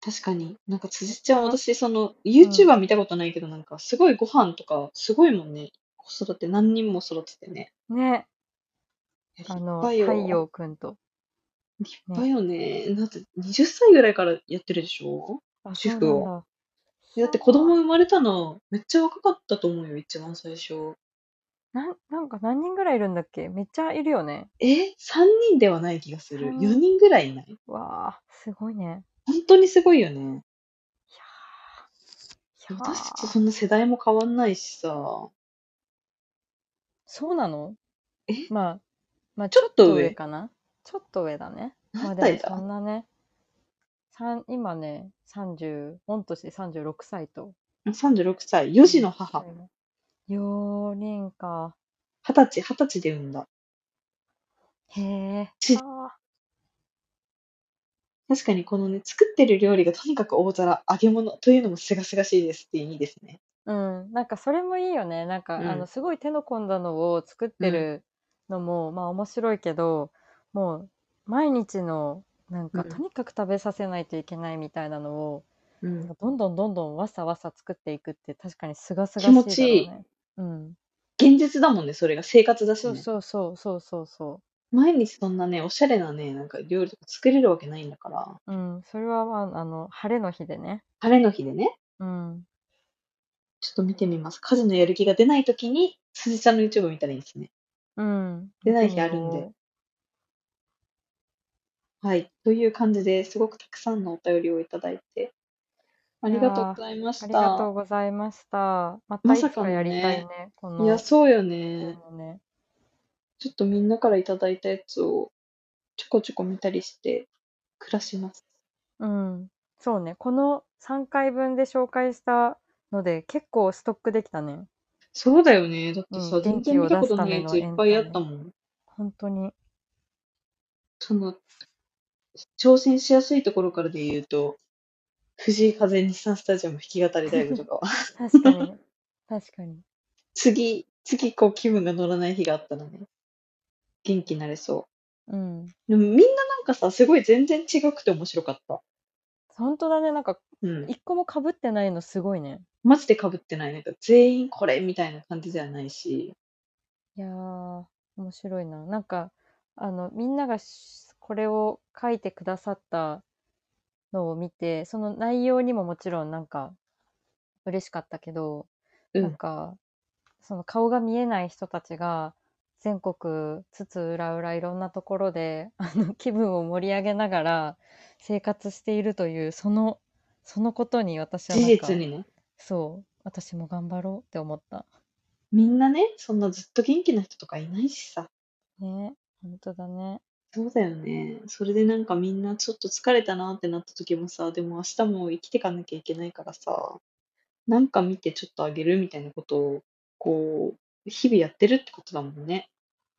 [SPEAKER 1] 確かに。なんか辻ちゃん、私、その、YouTuber 見たことないけど、なんか、すごいご飯とか、すごいもんね。子育て、何人も育ててね。
[SPEAKER 2] ね、
[SPEAKER 1] いや
[SPEAKER 2] あの、
[SPEAKER 1] 立
[SPEAKER 2] 太
[SPEAKER 1] 派よ
[SPEAKER 2] 陽くんと。
[SPEAKER 1] 立派よね。だって、20歳ぐらいからやってるでしょ
[SPEAKER 2] あ、
[SPEAKER 1] 主
[SPEAKER 2] そう
[SPEAKER 1] 婦
[SPEAKER 2] なん
[SPEAKER 1] を
[SPEAKER 2] だ。
[SPEAKER 1] だって子供生まれたの、めっちゃ若かったと思うよ、一番最初。
[SPEAKER 2] なん、なんか何人ぐらいいるんだっけめっちゃいるよね。
[SPEAKER 1] え ?3 人ではない気がする。
[SPEAKER 2] うん
[SPEAKER 1] 4人ぐらいいない
[SPEAKER 2] わあ、すごいね。
[SPEAKER 1] 本当にすごいよね。
[SPEAKER 2] いやー
[SPEAKER 1] 私たちそんな世代も変わんないしさ。
[SPEAKER 2] そうなの
[SPEAKER 1] え
[SPEAKER 2] まあ、まあ、
[SPEAKER 1] ち
[SPEAKER 2] ちょ
[SPEAKER 1] ょっ
[SPEAKER 2] っ
[SPEAKER 1] と
[SPEAKER 2] と
[SPEAKER 1] 上
[SPEAKER 2] 上かなちょっと上だね。まあ
[SPEAKER 1] 何
[SPEAKER 2] でも
[SPEAKER 1] 歳だ
[SPEAKER 2] そんなね。三今ね、30、御年36歳と。
[SPEAKER 1] ?36 歳、4児の母。。
[SPEAKER 2] 4人か。
[SPEAKER 1] 20歳、20歳で産んだ。
[SPEAKER 2] へえ。
[SPEAKER 1] ち
[SPEAKER 2] あー
[SPEAKER 1] 確かにこのね、作ってる料理がとにかく大皿、揚げ物というのもすがすがしいですっていいですね。
[SPEAKER 2] うん、なんかそれもいいよね。なんか、
[SPEAKER 1] うん
[SPEAKER 2] あのすごい手の込んだのを作ってるのも、まあ面白いけど、もう毎日のなんか、
[SPEAKER 1] うん
[SPEAKER 2] とにかく食べさせないといけないみたいなのを、
[SPEAKER 1] うん、
[SPEAKER 2] どんどんどんどんわさわさ作っていくって確かにすがすが
[SPEAKER 1] 気持
[SPEAKER 2] し
[SPEAKER 1] ちい
[SPEAKER 2] い
[SPEAKER 1] い
[SPEAKER 2] だろうね。うん。
[SPEAKER 1] 現実だもんね、それが生活だし、
[SPEAKER 2] そ
[SPEAKER 1] ね
[SPEAKER 2] うそうそうそうそうそ
[SPEAKER 1] 毎日そんなね、おしゃれなね、なんか料理とか作れるわけないんだから、
[SPEAKER 2] う。うん。それは、まあ、あの、晴れの日でね。
[SPEAKER 1] 晴れの日でね、
[SPEAKER 2] うん。
[SPEAKER 1] ちょっと見てみます。家事のやる気が出ないときに、辻ちゃんの YouTube 見たらいいですね。
[SPEAKER 2] うん。
[SPEAKER 1] 出ない日ある
[SPEAKER 2] 見
[SPEAKER 1] んで
[SPEAKER 2] てみよ
[SPEAKER 1] はい。という感じですごくたくさんのお便りをいただいて、ありがとうございまし
[SPEAKER 2] う。あ
[SPEAKER 1] た。
[SPEAKER 2] りがとうございました。また
[SPEAKER 1] ま
[SPEAKER 2] い
[SPEAKER 1] さ
[SPEAKER 2] つ
[SPEAKER 1] かの
[SPEAKER 2] か
[SPEAKER 1] ね
[SPEAKER 2] やりたいね。この。
[SPEAKER 1] いや、そうよ
[SPEAKER 2] こ
[SPEAKER 1] ね。
[SPEAKER 2] のね。
[SPEAKER 1] ちょっとみんなからいただいたやつを、ちょこちょこ見たりして、暮らします。
[SPEAKER 2] うん。そうね。この3回分で紹介したので、結構ストックできたね。
[SPEAKER 1] そうだよね。だってさ、
[SPEAKER 2] うん
[SPEAKER 1] 全然見たことないやついっぱいあっ
[SPEAKER 2] 元気
[SPEAKER 1] た
[SPEAKER 2] を出すためのエン
[SPEAKER 1] もん。
[SPEAKER 2] 本当に。
[SPEAKER 1] その、挑戦しやすいところからで言うと、藤井風日産スタジアム弾き語りライブとかは、
[SPEAKER 2] 確かに。確かに。
[SPEAKER 1] 次、次こう気分が乗らない日があったらね、元気になれそ
[SPEAKER 2] うん。
[SPEAKER 1] う。でもみんななんかさ、すごい全然違くて面白かった。
[SPEAKER 2] 本当だね。なんか、
[SPEAKER 1] うん。
[SPEAKER 2] 一個も被ってないのすごいね。
[SPEAKER 1] マジで被ってない。なんか全員これみたいな感じではないし、
[SPEAKER 2] いやー、面白いな。なんか、あの、みんながしこれを書いてくださったのを見て、その内容にももちろんなんか、嬉しかったけど、
[SPEAKER 1] うん
[SPEAKER 2] なんか、その顔が見えない人たちが、全国津々浦々いろんなところで、 あの、気分を盛り上げながら生活しているという、その、そのことに私は
[SPEAKER 1] 事
[SPEAKER 2] なんか、
[SPEAKER 1] 実にね、
[SPEAKER 2] そう、私も頑張ろうって思った。
[SPEAKER 1] みんなね、そんなずっと元気な人とかいないしさ。
[SPEAKER 2] ね、本当だね。
[SPEAKER 1] そうだよね。それでなんかみんなちょっと疲れたなってなった時もさ、でも明日も生きてかなきゃいけないからさ、なんか見てちょっとあげるみたいなことを、こう、日々やってるってことだもんね。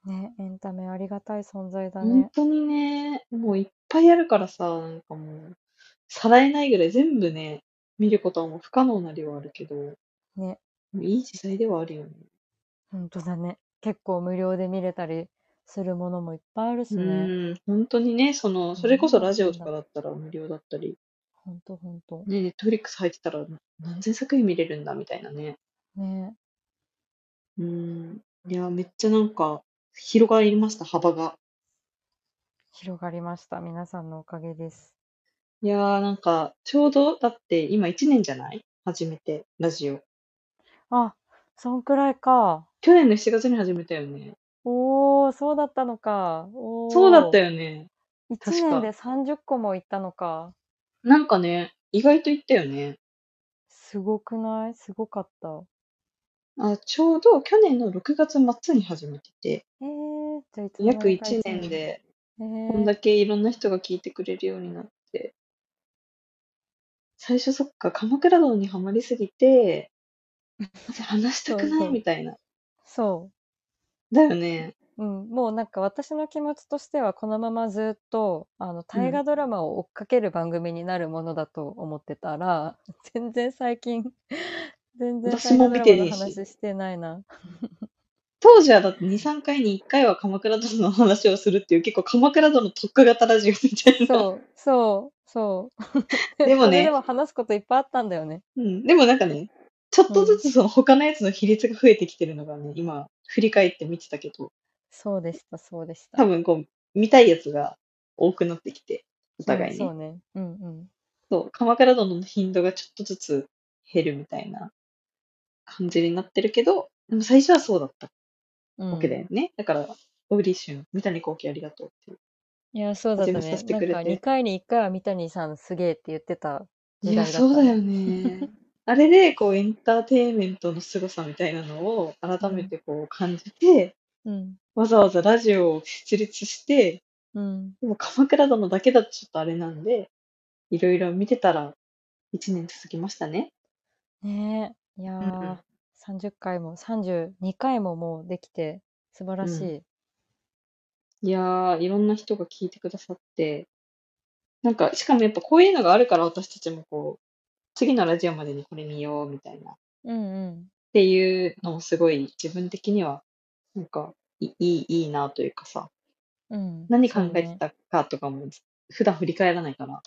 [SPEAKER 2] ね、エンタメありがたい存在だ
[SPEAKER 1] 本
[SPEAKER 2] ね。
[SPEAKER 1] 当にね、もういっぱいあるからさ、なんかもう、さらえないぐらい全部ね、見ることはもう不可能な量あるけど、
[SPEAKER 2] ね、
[SPEAKER 1] いい時代ではあるよね。
[SPEAKER 2] 本当だね。結構無料で見れたりするものもいっぱいあるし
[SPEAKER 1] う
[SPEAKER 2] ね。
[SPEAKER 1] ん、本当にね、その、それこそラジオとかだったら無料だったり、
[SPEAKER 2] 本当本当。
[SPEAKER 1] ね、ネットフリックス入ってたら何千作品見れるんだみたいなね。
[SPEAKER 2] ね、
[SPEAKER 1] うん。いや、めっちゃなんか、広がりました、幅が。
[SPEAKER 2] 広がりました。皆さんのおかげです。
[SPEAKER 1] いやー、なんか、ちょうど、だって今1年じゃない初めて、ラジオ。
[SPEAKER 2] あ、そんくらいか。
[SPEAKER 1] 去年の7月に始めたよね。
[SPEAKER 2] おー、そうだったのか。おー。
[SPEAKER 1] そうだったよね。
[SPEAKER 2] 1
[SPEAKER 1] 確
[SPEAKER 2] 年
[SPEAKER 1] か
[SPEAKER 2] で30個も行ったのか。
[SPEAKER 1] なんかね、意外といったよね。
[SPEAKER 2] すごくないすごかった。
[SPEAKER 1] あちょうど去年の6月末に始めてて、
[SPEAKER 2] えー、じゃあいつの間
[SPEAKER 1] 約
[SPEAKER 2] にか
[SPEAKER 1] 1年。で、
[SPEAKER 2] え
[SPEAKER 1] こん
[SPEAKER 2] ー、
[SPEAKER 1] だけいろんな人が聞いてくれるようになって、最初そっか、鎌倉殿にはまりすぎて、話したく
[SPEAKER 2] そう
[SPEAKER 1] な
[SPEAKER 2] そ
[SPEAKER 1] いうみたいな。
[SPEAKER 2] そう。
[SPEAKER 1] だよね。
[SPEAKER 2] うん、もうなんか私の気持ちとしてはこのままずっとあの大河ドラマを追っかける番組になるものだと思ってたら、 全然最近 全然
[SPEAKER 1] 私
[SPEAKER 2] 大
[SPEAKER 1] も
[SPEAKER 2] 河ド
[SPEAKER 1] 見
[SPEAKER 2] ラ
[SPEAKER 1] て
[SPEAKER 2] マ
[SPEAKER 1] ねえ
[SPEAKER 2] の
[SPEAKER 1] し
[SPEAKER 2] 話してないな。
[SPEAKER 1] 当時はだって2、3回に1回は鎌倉殿の話をするっていう結構鎌倉殿特化型ラジオみたいな。
[SPEAKER 2] そうそうそう
[SPEAKER 1] でもね
[SPEAKER 2] それでも話すこといっぱいあったんだよね。
[SPEAKER 1] うん、でもなんかね、ちょっとずつその他のやつの比率が増えてきてるのがね、今振り返って見てたけど、
[SPEAKER 2] そうでしたそうでした。
[SPEAKER 1] 多分こう見たいやつが多くなってきて、お互いに。
[SPEAKER 2] うん、そうね。うんうん。
[SPEAKER 1] そう、鎌倉殿の頻度がちょっとずつ減るみたいな感じになってるけど、でも最初はそうだった
[SPEAKER 2] うん、
[SPEAKER 1] わけだよね。だから、小栗旬、三谷幸喜ありがとうっていう。
[SPEAKER 2] いやそうだった
[SPEAKER 1] 初めさ
[SPEAKER 2] ね。
[SPEAKER 1] せて
[SPEAKER 2] な
[SPEAKER 1] くれ
[SPEAKER 2] んか
[SPEAKER 1] て
[SPEAKER 2] 2回に1回は三谷さんすげえって言ってた
[SPEAKER 1] い
[SPEAKER 2] 時代だ
[SPEAKER 1] や、
[SPEAKER 2] った、
[SPEAKER 1] そうだ よね。あれで、こう、エンターテインメントの凄さみたいなのを改めてこう感じて、
[SPEAKER 2] うん
[SPEAKER 1] わざわざラジオを設立して、
[SPEAKER 2] うん。
[SPEAKER 1] でも鎌倉殿だけだとちょっとあれなんで、いろいろ見てたら、1年続きましたね。
[SPEAKER 2] ねえ、いや
[SPEAKER 1] うんう
[SPEAKER 2] ー
[SPEAKER 1] ん、
[SPEAKER 2] 30回も、32回ももうできて、素晴らしい。
[SPEAKER 1] いやー、いろんな人が聞いてくださって、なんか、しかもやっぱこういうのがあるから私たちもこう、次のラジオまでにこれ見ようみたいな、っ
[SPEAKER 2] うんうん。
[SPEAKER 1] ていうのもすごい自分的には、なんか、いいい、いいなというかさ、
[SPEAKER 2] うん、
[SPEAKER 1] 何考え
[SPEAKER 2] そう
[SPEAKER 1] て
[SPEAKER 2] ね。
[SPEAKER 1] たかとかも、普段振り返らないから、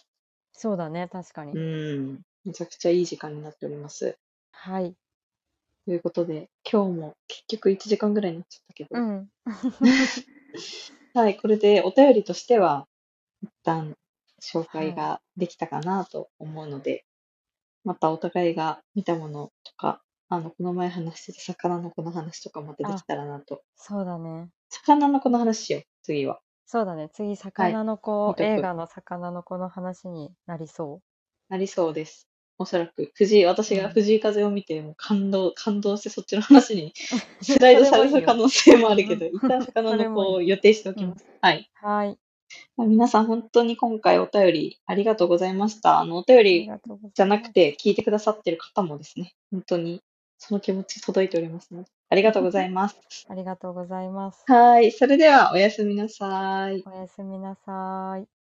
[SPEAKER 2] そうだね、確かに。
[SPEAKER 1] うん、めちゃくちゃいい時間になっております。
[SPEAKER 2] はい。
[SPEAKER 1] ということで、今日も結局1時間ぐらいになっちゃったけど、
[SPEAKER 2] うん。
[SPEAKER 1] はい、これでお便りとしては、一旦紹介ができたかなと思うので、またお互いが見たものとか、あの、この前話してた魚の子の話とかまたできたらなと。
[SPEAKER 2] そうだね。
[SPEAKER 1] 魚の子の話しよう、次は。
[SPEAKER 2] そうだね。次、魚の子、
[SPEAKER 1] 見とく
[SPEAKER 2] 映画の魚の子の話になりそ
[SPEAKER 1] なりそうです。おそらく、藤井、私
[SPEAKER 2] う
[SPEAKER 1] が
[SPEAKER 2] ん
[SPEAKER 1] 藤井風を見て、もう感動、感動してそっちの話に スライドされ
[SPEAKER 2] それもいい
[SPEAKER 1] る
[SPEAKER 2] よ
[SPEAKER 1] 可能性もあるけど、
[SPEAKER 2] うん
[SPEAKER 1] 一旦魚
[SPEAKER 2] それ
[SPEAKER 1] の
[SPEAKER 2] もいい
[SPEAKER 1] 子を予定しておきます。はい。
[SPEAKER 2] う。はい。
[SPEAKER 1] まあ皆さん本当に今回お便りありがとうございました。あの、お便
[SPEAKER 2] あ
[SPEAKER 1] り
[SPEAKER 2] がとうございます
[SPEAKER 1] じゃなく。て聞いてくださってる方もですね、本当にその気持ち届いておりますので、ありがとうございます。
[SPEAKER 2] ありがとうございます。
[SPEAKER 1] はい。それではおやすみなさい。
[SPEAKER 2] おやすみなさい。